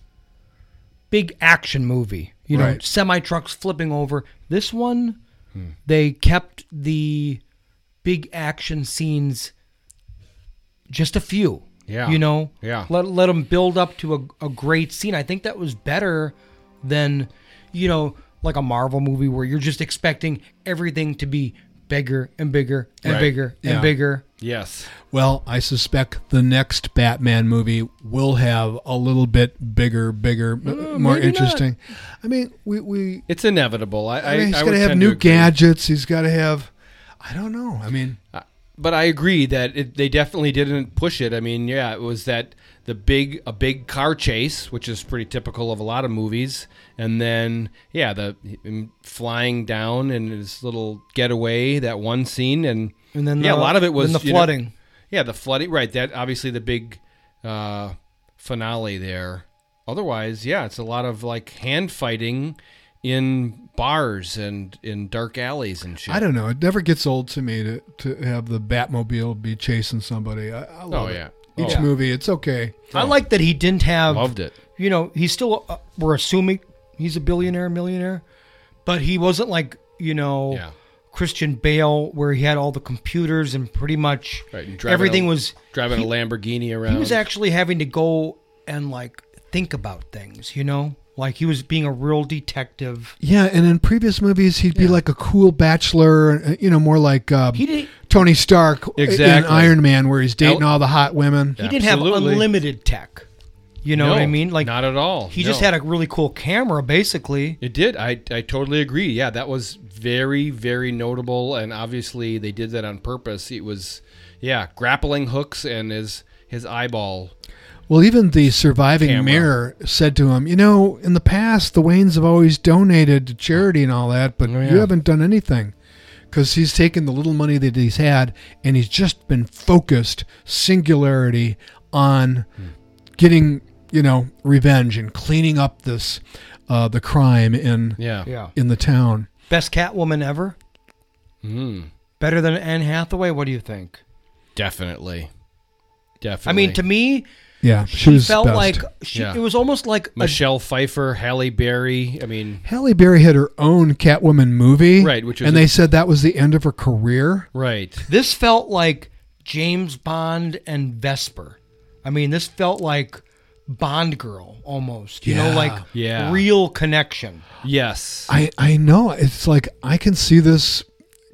Speaker 1: big action movie, you know,
Speaker 3: Right.
Speaker 1: semi trucks flipping over. This one,
Speaker 2: Hmm.
Speaker 1: they kept the big action scenes, just a few.
Speaker 2: Yeah.
Speaker 1: you know,
Speaker 2: Yeah.
Speaker 1: Let let them build up to a, a great scene. I think that was better than, you know, like a Marvel movie where you're just expecting everything to be bigger and bigger and
Speaker 2: Right.
Speaker 1: bigger and
Speaker 3: Yeah.
Speaker 1: bigger.
Speaker 2: Yes.
Speaker 3: Well, I suspect the next Batman movie will have a little bit bigger, bigger, m- more
Speaker 1: Mm, maybe not.
Speaker 3: interesting. I mean, we we.
Speaker 2: It's inevitable. I, I,
Speaker 3: I mean, he's
Speaker 2: I
Speaker 3: got
Speaker 2: would
Speaker 3: to have
Speaker 2: tend to
Speaker 3: new
Speaker 2: agree.
Speaker 3: gadgets. He's got to have. I don't know. I mean,
Speaker 2: But I agree that it, they definitely didn't push it. I mean, yeah, it was that the big a big car chase, which is pretty typical of a lot of movies, and then yeah, the him flying down and his little getaway, that one scene, and
Speaker 1: And then
Speaker 2: yeah,
Speaker 1: the-
Speaker 2: a lot of it was
Speaker 1: then the
Speaker 2: you know-
Speaker 1: flooding.
Speaker 2: yeah, the flooding. Right. That obviously the big uh, finale there. Otherwise, yeah, it's a lot of like hand fighting in bars and in dark alleys and shit.
Speaker 3: I don't know. It never gets old to me to, to have the Batmobile be chasing somebody. I, I love
Speaker 2: Oh,
Speaker 3: it.
Speaker 2: yeah.
Speaker 3: Each
Speaker 2: Oh, yeah.
Speaker 3: movie, it's okay.
Speaker 1: I like that he didn't have.
Speaker 2: Loved it.
Speaker 1: You know, he's still. Uh, we're assuming he's a billionaire, millionaire, but he wasn't like you know
Speaker 2: Yeah.
Speaker 1: Christian Bale, where he had all the computers and pretty much
Speaker 2: Right, and driving
Speaker 1: everything
Speaker 2: a-
Speaker 1: was.
Speaker 2: Driving a Lamborghini around.
Speaker 1: He was actually having to go and like think about things. You know, like he was being a real detective.
Speaker 3: Yeah, and in previous movies, he'd be like a cool bachelor, uh, you know, more like um,
Speaker 1: He didn't.
Speaker 3: Tony Stark in
Speaker 2: Exactly.
Speaker 3: Iron Man, where he's dating
Speaker 2: Al-
Speaker 3: all the hot women.
Speaker 1: He didn't have
Speaker 2: Absolutely.
Speaker 1: unlimited tech. You know what I
Speaker 2: No,
Speaker 1: mean? Like
Speaker 2: not at all.
Speaker 1: He just
Speaker 2: No.
Speaker 1: had a really cool camera, basically.
Speaker 2: It did. I, I totally agree. Yeah, that was very, very notable. And obviously, they did that on purpose. It was, yeah, grappling hooks and his, his eyeball.
Speaker 3: Well, even the surviving
Speaker 2: Camera.
Speaker 3: mayor said to him, "You know, in the past, the Waynes have always donated to charity and all that, but
Speaker 2: Oh, yeah.
Speaker 3: you haven't done anything." Because he's taken the little money that he's had, and he's just been focused singularity on getting, you know, revenge and cleaning up this, uh, the crime in
Speaker 2: Yeah.
Speaker 3: in the town.
Speaker 1: Best Catwoman ever.
Speaker 2: Mm,
Speaker 1: Better than Anne Hathaway. What do you think?
Speaker 2: definitely.
Speaker 1: I
Speaker 2: Definitely.
Speaker 1: mean, to me,
Speaker 3: Yeah, she,
Speaker 1: she
Speaker 3: was
Speaker 1: felt
Speaker 3: best.
Speaker 1: like she.
Speaker 2: Yeah.
Speaker 1: It was almost like a,
Speaker 2: Michelle Pfeiffer, Halle Berry. I mean,
Speaker 3: Halle Berry had her own Catwoman movie,
Speaker 2: Right, which was
Speaker 3: and
Speaker 2: a-
Speaker 3: they said that was the end of her career.
Speaker 2: right.
Speaker 1: this felt like James Bond and Vesper. I mean, this felt like Bond girl almost. You know,
Speaker 3: Yeah.
Speaker 1: like
Speaker 2: Yeah.
Speaker 1: real connection.
Speaker 2: Yes.
Speaker 3: I I know it's like I can see this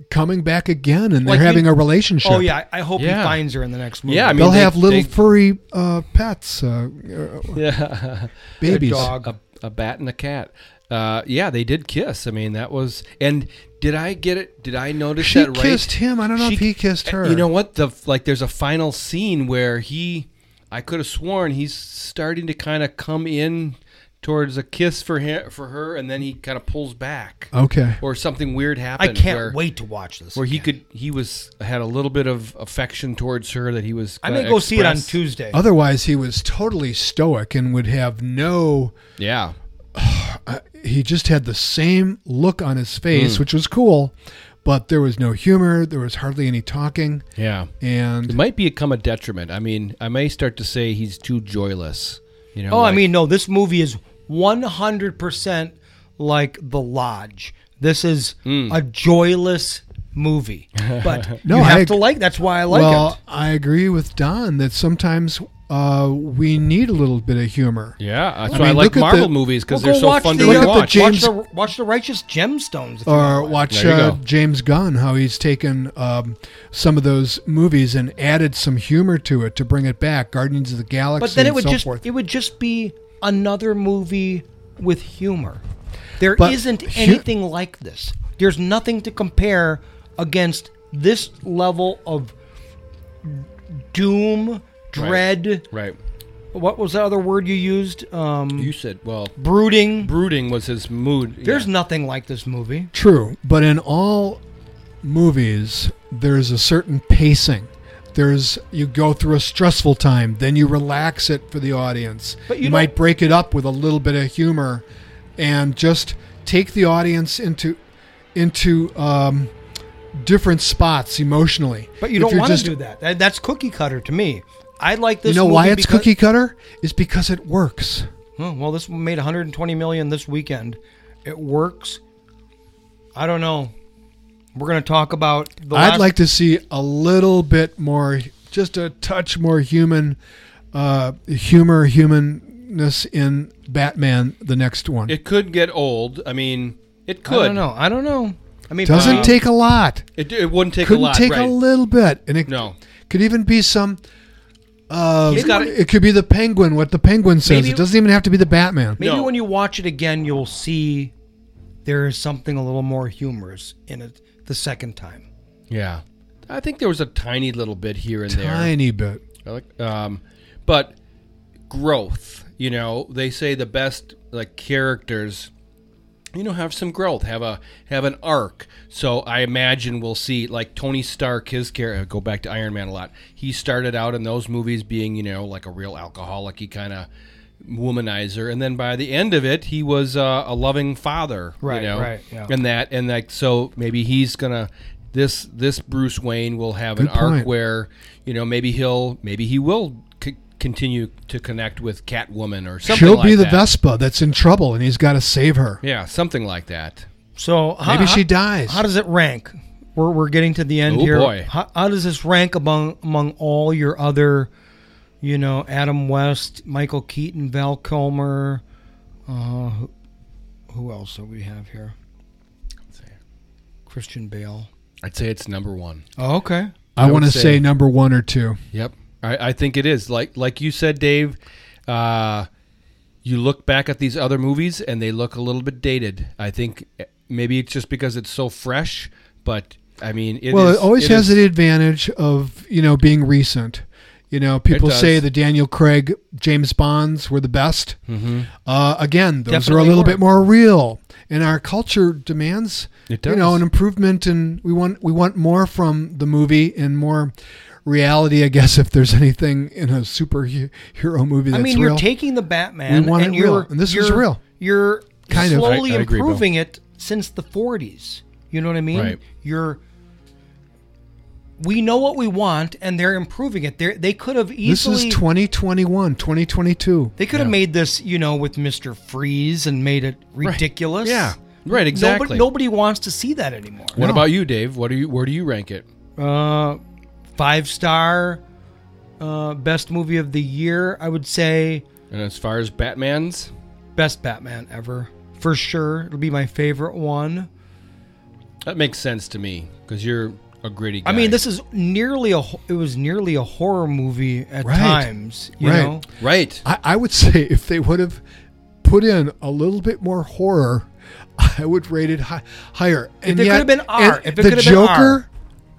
Speaker 3: coming back again, and
Speaker 1: Like you-
Speaker 3: they're having a relationship.
Speaker 1: Oh yeah, I I hope he
Speaker 2: Yeah.
Speaker 1: finds her in the next movie.
Speaker 2: Yeah, I mean-
Speaker 3: they'll
Speaker 2: they-
Speaker 3: have little
Speaker 2: they-
Speaker 3: furry uh, pets, uh, uh,
Speaker 2: yeah.
Speaker 3: babies.
Speaker 1: dog.
Speaker 2: a, a bat and a cat. Uh, yeah, they did kiss. I mean, that was. And did I get it? Did I notice
Speaker 3: She
Speaker 2: that right?
Speaker 3: kissed him. I don't know if he kissed her.
Speaker 2: You know what? The like, there's a final scene where he. I could have sworn he's starting to kind of come in towards a kiss for him for her, and then he kind of pulls back,
Speaker 3: Okay.
Speaker 2: or something weird
Speaker 1: I
Speaker 2: happened.
Speaker 1: can't
Speaker 2: where,
Speaker 1: wait to watch this.
Speaker 2: Where he
Speaker 1: again.
Speaker 2: could, he was had a little bit of affection towards her that he was.
Speaker 1: I
Speaker 2: gonna
Speaker 1: may go see it on
Speaker 2: uh, express.
Speaker 1: Tuesday.
Speaker 3: Otherwise, he was totally stoic and would have no.
Speaker 2: Yeah,
Speaker 3: He just had the same look on his face,
Speaker 2: Hmm.
Speaker 3: which was cool, but there was no humor. There was hardly any talking,
Speaker 2: yeah.
Speaker 3: and
Speaker 2: It might become a detriment. I mean, I may start to say he's too joyless. You know.
Speaker 1: Oh, I
Speaker 2: like-
Speaker 1: mean, no, this movie is 100% like The Lodge. This is
Speaker 2: Hmm.
Speaker 1: a joyless movie. But
Speaker 3: No,
Speaker 1: you have
Speaker 3: I-
Speaker 1: to like That's why I like
Speaker 3: well,
Speaker 1: it.
Speaker 3: I agree with Don that sometimes uh, we need a little bit of humor.
Speaker 2: Yeah, that's
Speaker 3: I
Speaker 2: why I
Speaker 3: mean,
Speaker 2: like
Speaker 3: look at
Speaker 2: Marvel
Speaker 3: the-
Speaker 2: movies because
Speaker 1: Well, go
Speaker 2: they're so
Speaker 1: watch
Speaker 2: fun
Speaker 1: the, uh,
Speaker 2: to
Speaker 3: Look at the
Speaker 2: watch.
Speaker 3: James- Oh,
Speaker 1: Watch the, watch the Righteous Gemstones. if you
Speaker 3: Or
Speaker 1: want one.
Speaker 3: watch
Speaker 2: There you
Speaker 3: uh,
Speaker 2: go.
Speaker 3: James Gunn, how he's taken um, some of those movies and added some humor to it to bring it back. Guardians of the Galaxy,
Speaker 1: But then it
Speaker 3: and
Speaker 1: would
Speaker 3: so
Speaker 1: just
Speaker 3: forth.
Speaker 1: it would just be another movie with humor. There
Speaker 3: But
Speaker 1: not
Speaker 3: hu-
Speaker 1: anything like this. There's nothing to compare against this level of doom, dread,
Speaker 2: Right.
Speaker 1: what was the other word you used? Um,
Speaker 2: You said, well,
Speaker 1: brooding.
Speaker 2: brooding was his mood.
Speaker 1: There's
Speaker 2: yeah.
Speaker 1: nothing like this movie.
Speaker 3: True, but in all movies, there's a certain pacing. There's you go through a stressful time, then you relax it for the audience.
Speaker 1: But you
Speaker 3: you
Speaker 1: don't-
Speaker 3: might break it up with a little bit of humor, and just take the audience into into um, different spots emotionally.
Speaker 1: But you
Speaker 3: If
Speaker 1: don't
Speaker 3: you're
Speaker 1: want to
Speaker 3: just-
Speaker 1: do that. That- That's cookie cutter to me. I like
Speaker 3: You
Speaker 1: this.
Speaker 3: know
Speaker 1: movie
Speaker 3: why it's
Speaker 1: because-
Speaker 3: cookie cutter? Is because it works.
Speaker 1: Oh, well, this made 120 million this weekend. It works. I don't know. We're gonna talk about. The
Speaker 3: I'd
Speaker 1: last-
Speaker 3: like to see a little bit more, just a touch more human uh, humor, humanness in Batman, the next one.
Speaker 2: It could get old. I mean, it
Speaker 1: I
Speaker 2: could.
Speaker 1: don't know. I don't know. I mean,
Speaker 3: Doesn't
Speaker 1: uh,
Speaker 3: take a lot.
Speaker 2: It, it wouldn't take
Speaker 3: Couldn't
Speaker 2: a lot.
Speaker 3: take
Speaker 2: right.
Speaker 3: a little bit, and it
Speaker 2: No.
Speaker 3: could even be some. Uh,
Speaker 2: He's got it-
Speaker 3: it could be the penguin. What the penguin says.
Speaker 1: Maybe-
Speaker 3: it doesn't even have to be the Batman.
Speaker 1: Maybe
Speaker 2: No.
Speaker 1: when you watch it again, you'll see there is something a little more humorous in it the second time.
Speaker 2: Yeah. I think there was a tiny little bit here and there.
Speaker 3: Tiny bit.
Speaker 2: I like- Um, but growth, you know, they say the best like characters, you know, have some growth, have a have an arc. So I imagine we'll see like Tony Stark, his character. Go back to Iron Man a lot. He started out in those movies being, you know, like a real alcoholic, he kind of womanizer, and then by the end of it, he was uh, a loving father,
Speaker 1: Right,
Speaker 2: You know,
Speaker 1: right, yeah.
Speaker 2: and that and like so maybe he's gonna. This this Bruce Wayne will have an
Speaker 3: Good
Speaker 2: arc
Speaker 3: point.
Speaker 2: where where you know maybe he'll maybe he will c- continue to connect with Catwoman or something.
Speaker 3: She'll
Speaker 2: like
Speaker 3: be the
Speaker 2: that.
Speaker 3: Vespa that's in trouble, and he's got to save her.
Speaker 2: Yeah, something like that.
Speaker 1: So how,
Speaker 3: Maybe she
Speaker 1: how-
Speaker 3: dies.
Speaker 1: How does it rank? We're, we're getting to the end
Speaker 2: Oh,
Speaker 1: here.
Speaker 2: boy.
Speaker 1: How, how does this rank among among all your other, you know, Adam West, Michael Keaton, Val Kilmer? Uh, who, who else do we have here? Christian Bale.
Speaker 2: I'd say it's number one.
Speaker 1: Oh, okay.
Speaker 2: I
Speaker 3: I, want to
Speaker 2: would
Speaker 3: say,
Speaker 2: say-
Speaker 3: number one or two.
Speaker 2: Yep, I, I think it is. Like like you said, Dave. Uh, you look back at these other movies and they look a little bit dated. I think eh, maybe it's just because it's so fresh, but I mean, it
Speaker 3: well,
Speaker 2: is-
Speaker 3: it always has
Speaker 2: is-
Speaker 3: the advantage of you know being recent. You know, people
Speaker 2: does.
Speaker 3: say the Daniel Craig, James Bonds were the best. Mm-hmm. Uh, again, those are
Speaker 1: Definitely
Speaker 3: a little
Speaker 1: were.
Speaker 3: bit more real, and our culture demands
Speaker 2: It
Speaker 3: you
Speaker 2: does.
Speaker 3: know an improvement, and we want we want more from the movie and more reality. I guess if there's anything in a superhero movie that's
Speaker 1: I mean,
Speaker 3: real,
Speaker 1: you're taking the Batman
Speaker 3: We want
Speaker 1: and
Speaker 3: it
Speaker 1: you're
Speaker 3: real, and this was
Speaker 1: you're,
Speaker 3: real.
Speaker 1: You're
Speaker 3: Kind of.
Speaker 1: slowly
Speaker 2: I- I agree, Bill.
Speaker 1: improving it since the 40s. You know what I mean?
Speaker 2: Right.
Speaker 1: You're we know what we want and they're improving it. They they could have
Speaker 3: this
Speaker 1: easily
Speaker 3: is 2021, 2022.
Speaker 1: they could have made this, you know, with Mr. Freeze and made it ridiculous.
Speaker 2: Yeah, right. Exactly.
Speaker 1: Nobody, nobody wants to see that anymore.
Speaker 2: What
Speaker 3: No.
Speaker 2: about you, Dave? What do you? Where do you rank it?
Speaker 1: Uh, five star uh, best movie of the year, I would say.
Speaker 2: And as far as Batman's,
Speaker 1: best Batman ever for sure. It'll be my favorite one.
Speaker 2: That makes sense to me because you're a gritty guy.
Speaker 1: I mean, this is nearly a ho- it was nearly a horror movie at
Speaker 3: Right.
Speaker 1: times. You
Speaker 3: Right.
Speaker 1: know,
Speaker 2: right.
Speaker 3: I, I would say if they would have put in a little bit more horror, I would rate it hi- higher. And
Speaker 1: it
Speaker 3: yet-
Speaker 1: could've been R,
Speaker 3: and
Speaker 1: if it
Speaker 3: the
Speaker 1: could've been
Speaker 3: Joker,
Speaker 1: R.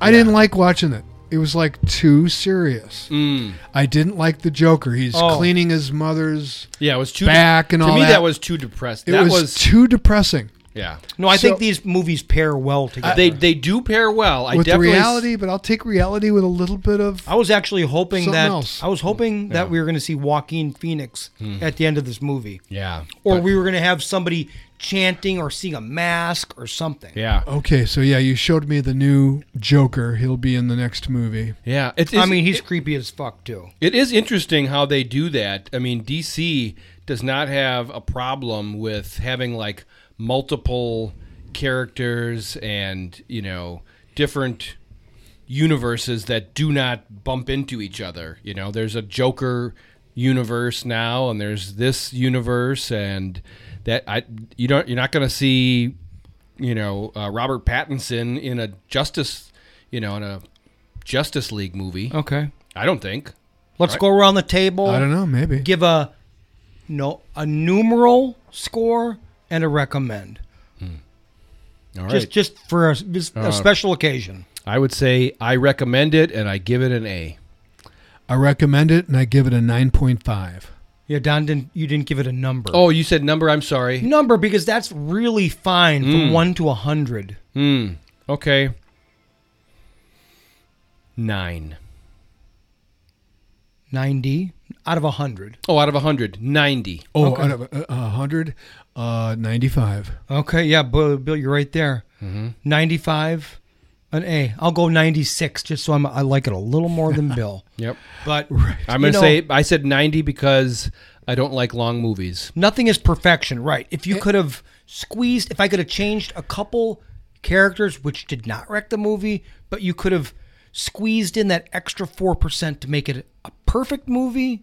Speaker 3: I didn't like watching it. It was like too serious.
Speaker 2: Mm.
Speaker 3: I didn't like the Joker. He's
Speaker 1: Oh.
Speaker 3: cleaning his mother's.
Speaker 2: Yeah, it was too
Speaker 3: Back and
Speaker 2: to
Speaker 3: all
Speaker 2: me. That.
Speaker 3: that.
Speaker 2: was too depressed.
Speaker 3: It
Speaker 2: that
Speaker 3: was,
Speaker 2: was,
Speaker 3: too depressing
Speaker 2: yeah.
Speaker 1: no, I
Speaker 3: So-
Speaker 1: think these movies pair well together.
Speaker 2: They they do pair well. I
Speaker 3: with the
Speaker 2: definitely s-
Speaker 3: reality, but I'll take reality with a little bit of.
Speaker 1: I was actually hoping
Speaker 3: Something
Speaker 1: that
Speaker 3: else. Hmm.
Speaker 1: I was hoping that we were going to see Joaquin Phoenix at the end of this movie,
Speaker 2: Yeah.
Speaker 1: or
Speaker 2: But-
Speaker 1: we were going to have somebody chanting or seeing a mask or something.
Speaker 2: Yeah.
Speaker 3: Okay, so yeah, you showed me the new Joker. He'll be in the next movie.
Speaker 2: Yeah. It's,
Speaker 1: I
Speaker 2: it's-
Speaker 1: mean, he's
Speaker 2: it-
Speaker 1: creepy as fuck too.
Speaker 2: it is interesting how they do that. I mean, DC does not have a problem with having like multiple characters and you know different universes that do not bump into each other. You know, there's a Joker universe now, and there's this universe, and that I you don't you're not going to see, you know, uh, Robert Pattinson in a Justice, you know, in a Justice League movie.
Speaker 1: Okay,
Speaker 2: I don't think.
Speaker 1: let's go around the table.
Speaker 3: I don't know, maybe.
Speaker 1: give a no a numeral score and a recommend
Speaker 2: All right. Uh-huh.
Speaker 1: just just for a, just a special occasion
Speaker 2: I would say I recommend it and I give it an A.
Speaker 3: I recommend it, and I give it a nine point five.
Speaker 1: yeah don didn't you didn't give it a number
Speaker 2: Oh, you said number. I'm sorry.
Speaker 1: number because that's really fine
Speaker 2: Mm.
Speaker 1: from 1 to 100
Speaker 2: Hmm. Okay. Nine.
Speaker 1: 90 out of 100
Speaker 2: Oh, out of 100, 90.
Speaker 3: Oh,
Speaker 1: Okay.
Speaker 3: out of uh, uh, 100, uh, 95.
Speaker 1: okay yeah bill, bill you're right there
Speaker 2: Mm-hmm.
Speaker 1: 95 an a i'll go 96 just so i'm i like it a little more than bill
Speaker 2: Yep.
Speaker 1: but
Speaker 2: I'm
Speaker 1: you
Speaker 2: going to
Speaker 1: know,
Speaker 2: say I said 90 because I don't like long movies.
Speaker 1: Nothing is perfection, right? If you could have squeezed, if I could have changed a couple characters, which did not wreck the movie, but you could have squeezed in that extra 4% to make it a perfect movie,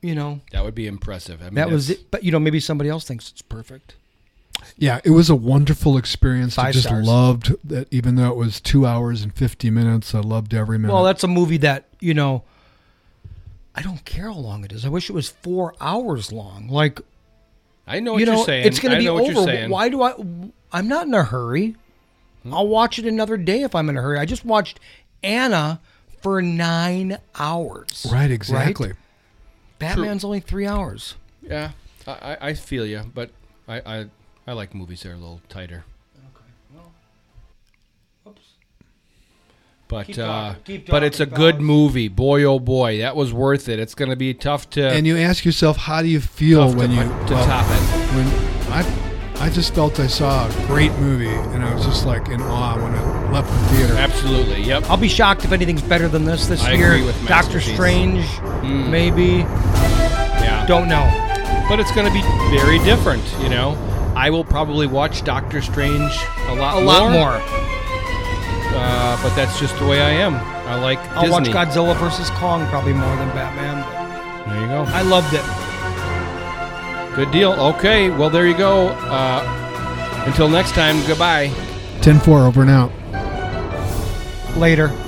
Speaker 1: you know,
Speaker 2: That would be impressive. I mean,
Speaker 1: that was
Speaker 2: it's-
Speaker 1: it. But, you know, maybe somebody else thinks it's perfect.
Speaker 3: yeah, it was a wonderful experience. I
Speaker 1: Five
Speaker 3: just
Speaker 1: stars.
Speaker 3: loved that, even though it was two hours and fifty minutes, I loved every minute.
Speaker 1: Well, that's a movie that you know. I don't care how long it is. I wish it was four hours long. Like
Speaker 2: I know what
Speaker 1: you
Speaker 2: you
Speaker 1: know,
Speaker 2: are saying.
Speaker 1: it's going
Speaker 2: I
Speaker 1: to be
Speaker 2: know what You're
Speaker 1: over.
Speaker 2: saying.
Speaker 1: Why do I? I'm not in a hurry. I'll watch it another day if I'm in a hurry. I just watched Anna for nine hours.
Speaker 3: right, exactly.
Speaker 1: Batman's only three hours.
Speaker 2: Yeah, I, I- I feel you, but I, I I like movies that are a little tighter. But
Speaker 1: Keep
Speaker 2: uh,
Speaker 1: talking, keep
Speaker 2: but it's a
Speaker 1: talking,
Speaker 2: good
Speaker 1: fellas.
Speaker 2: movie, boy oh boy. That was worth it. It's going to be tough to
Speaker 3: And you ask yourself, how do you feel
Speaker 2: tough
Speaker 3: when
Speaker 2: to,
Speaker 3: you
Speaker 2: to
Speaker 3: well,
Speaker 2: top it.
Speaker 3: when I I just felt I saw a great movie, and I was just like in awe when I left the theater.
Speaker 2: Absolutely, yep.
Speaker 1: I'll be shocked if anything's better than this this
Speaker 2: I
Speaker 1: year.
Speaker 2: agree with Hmm.
Speaker 1: Doctor
Speaker 2: Masterpiece.
Speaker 1: Strange, maybe.
Speaker 2: Yeah.
Speaker 1: Don't know.
Speaker 2: But it's going to be very different, you know. I will probably watch Doctor Strange a lot
Speaker 1: A lot more.
Speaker 2: uh, but that's just the way I am. I like
Speaker 1: I'll watch
Speaker 2: Disney.
Speaker 1: Godzilla versus Kong probably more than Batman.
Speaker 2: There you go.
Speaker 1: But I loved it.
Speaker 2: Good deal. Okay. Well, there you go. Uh, until next time, goodbye.
Speaker 3: 10-4 over and out.
Speaker 1: Later.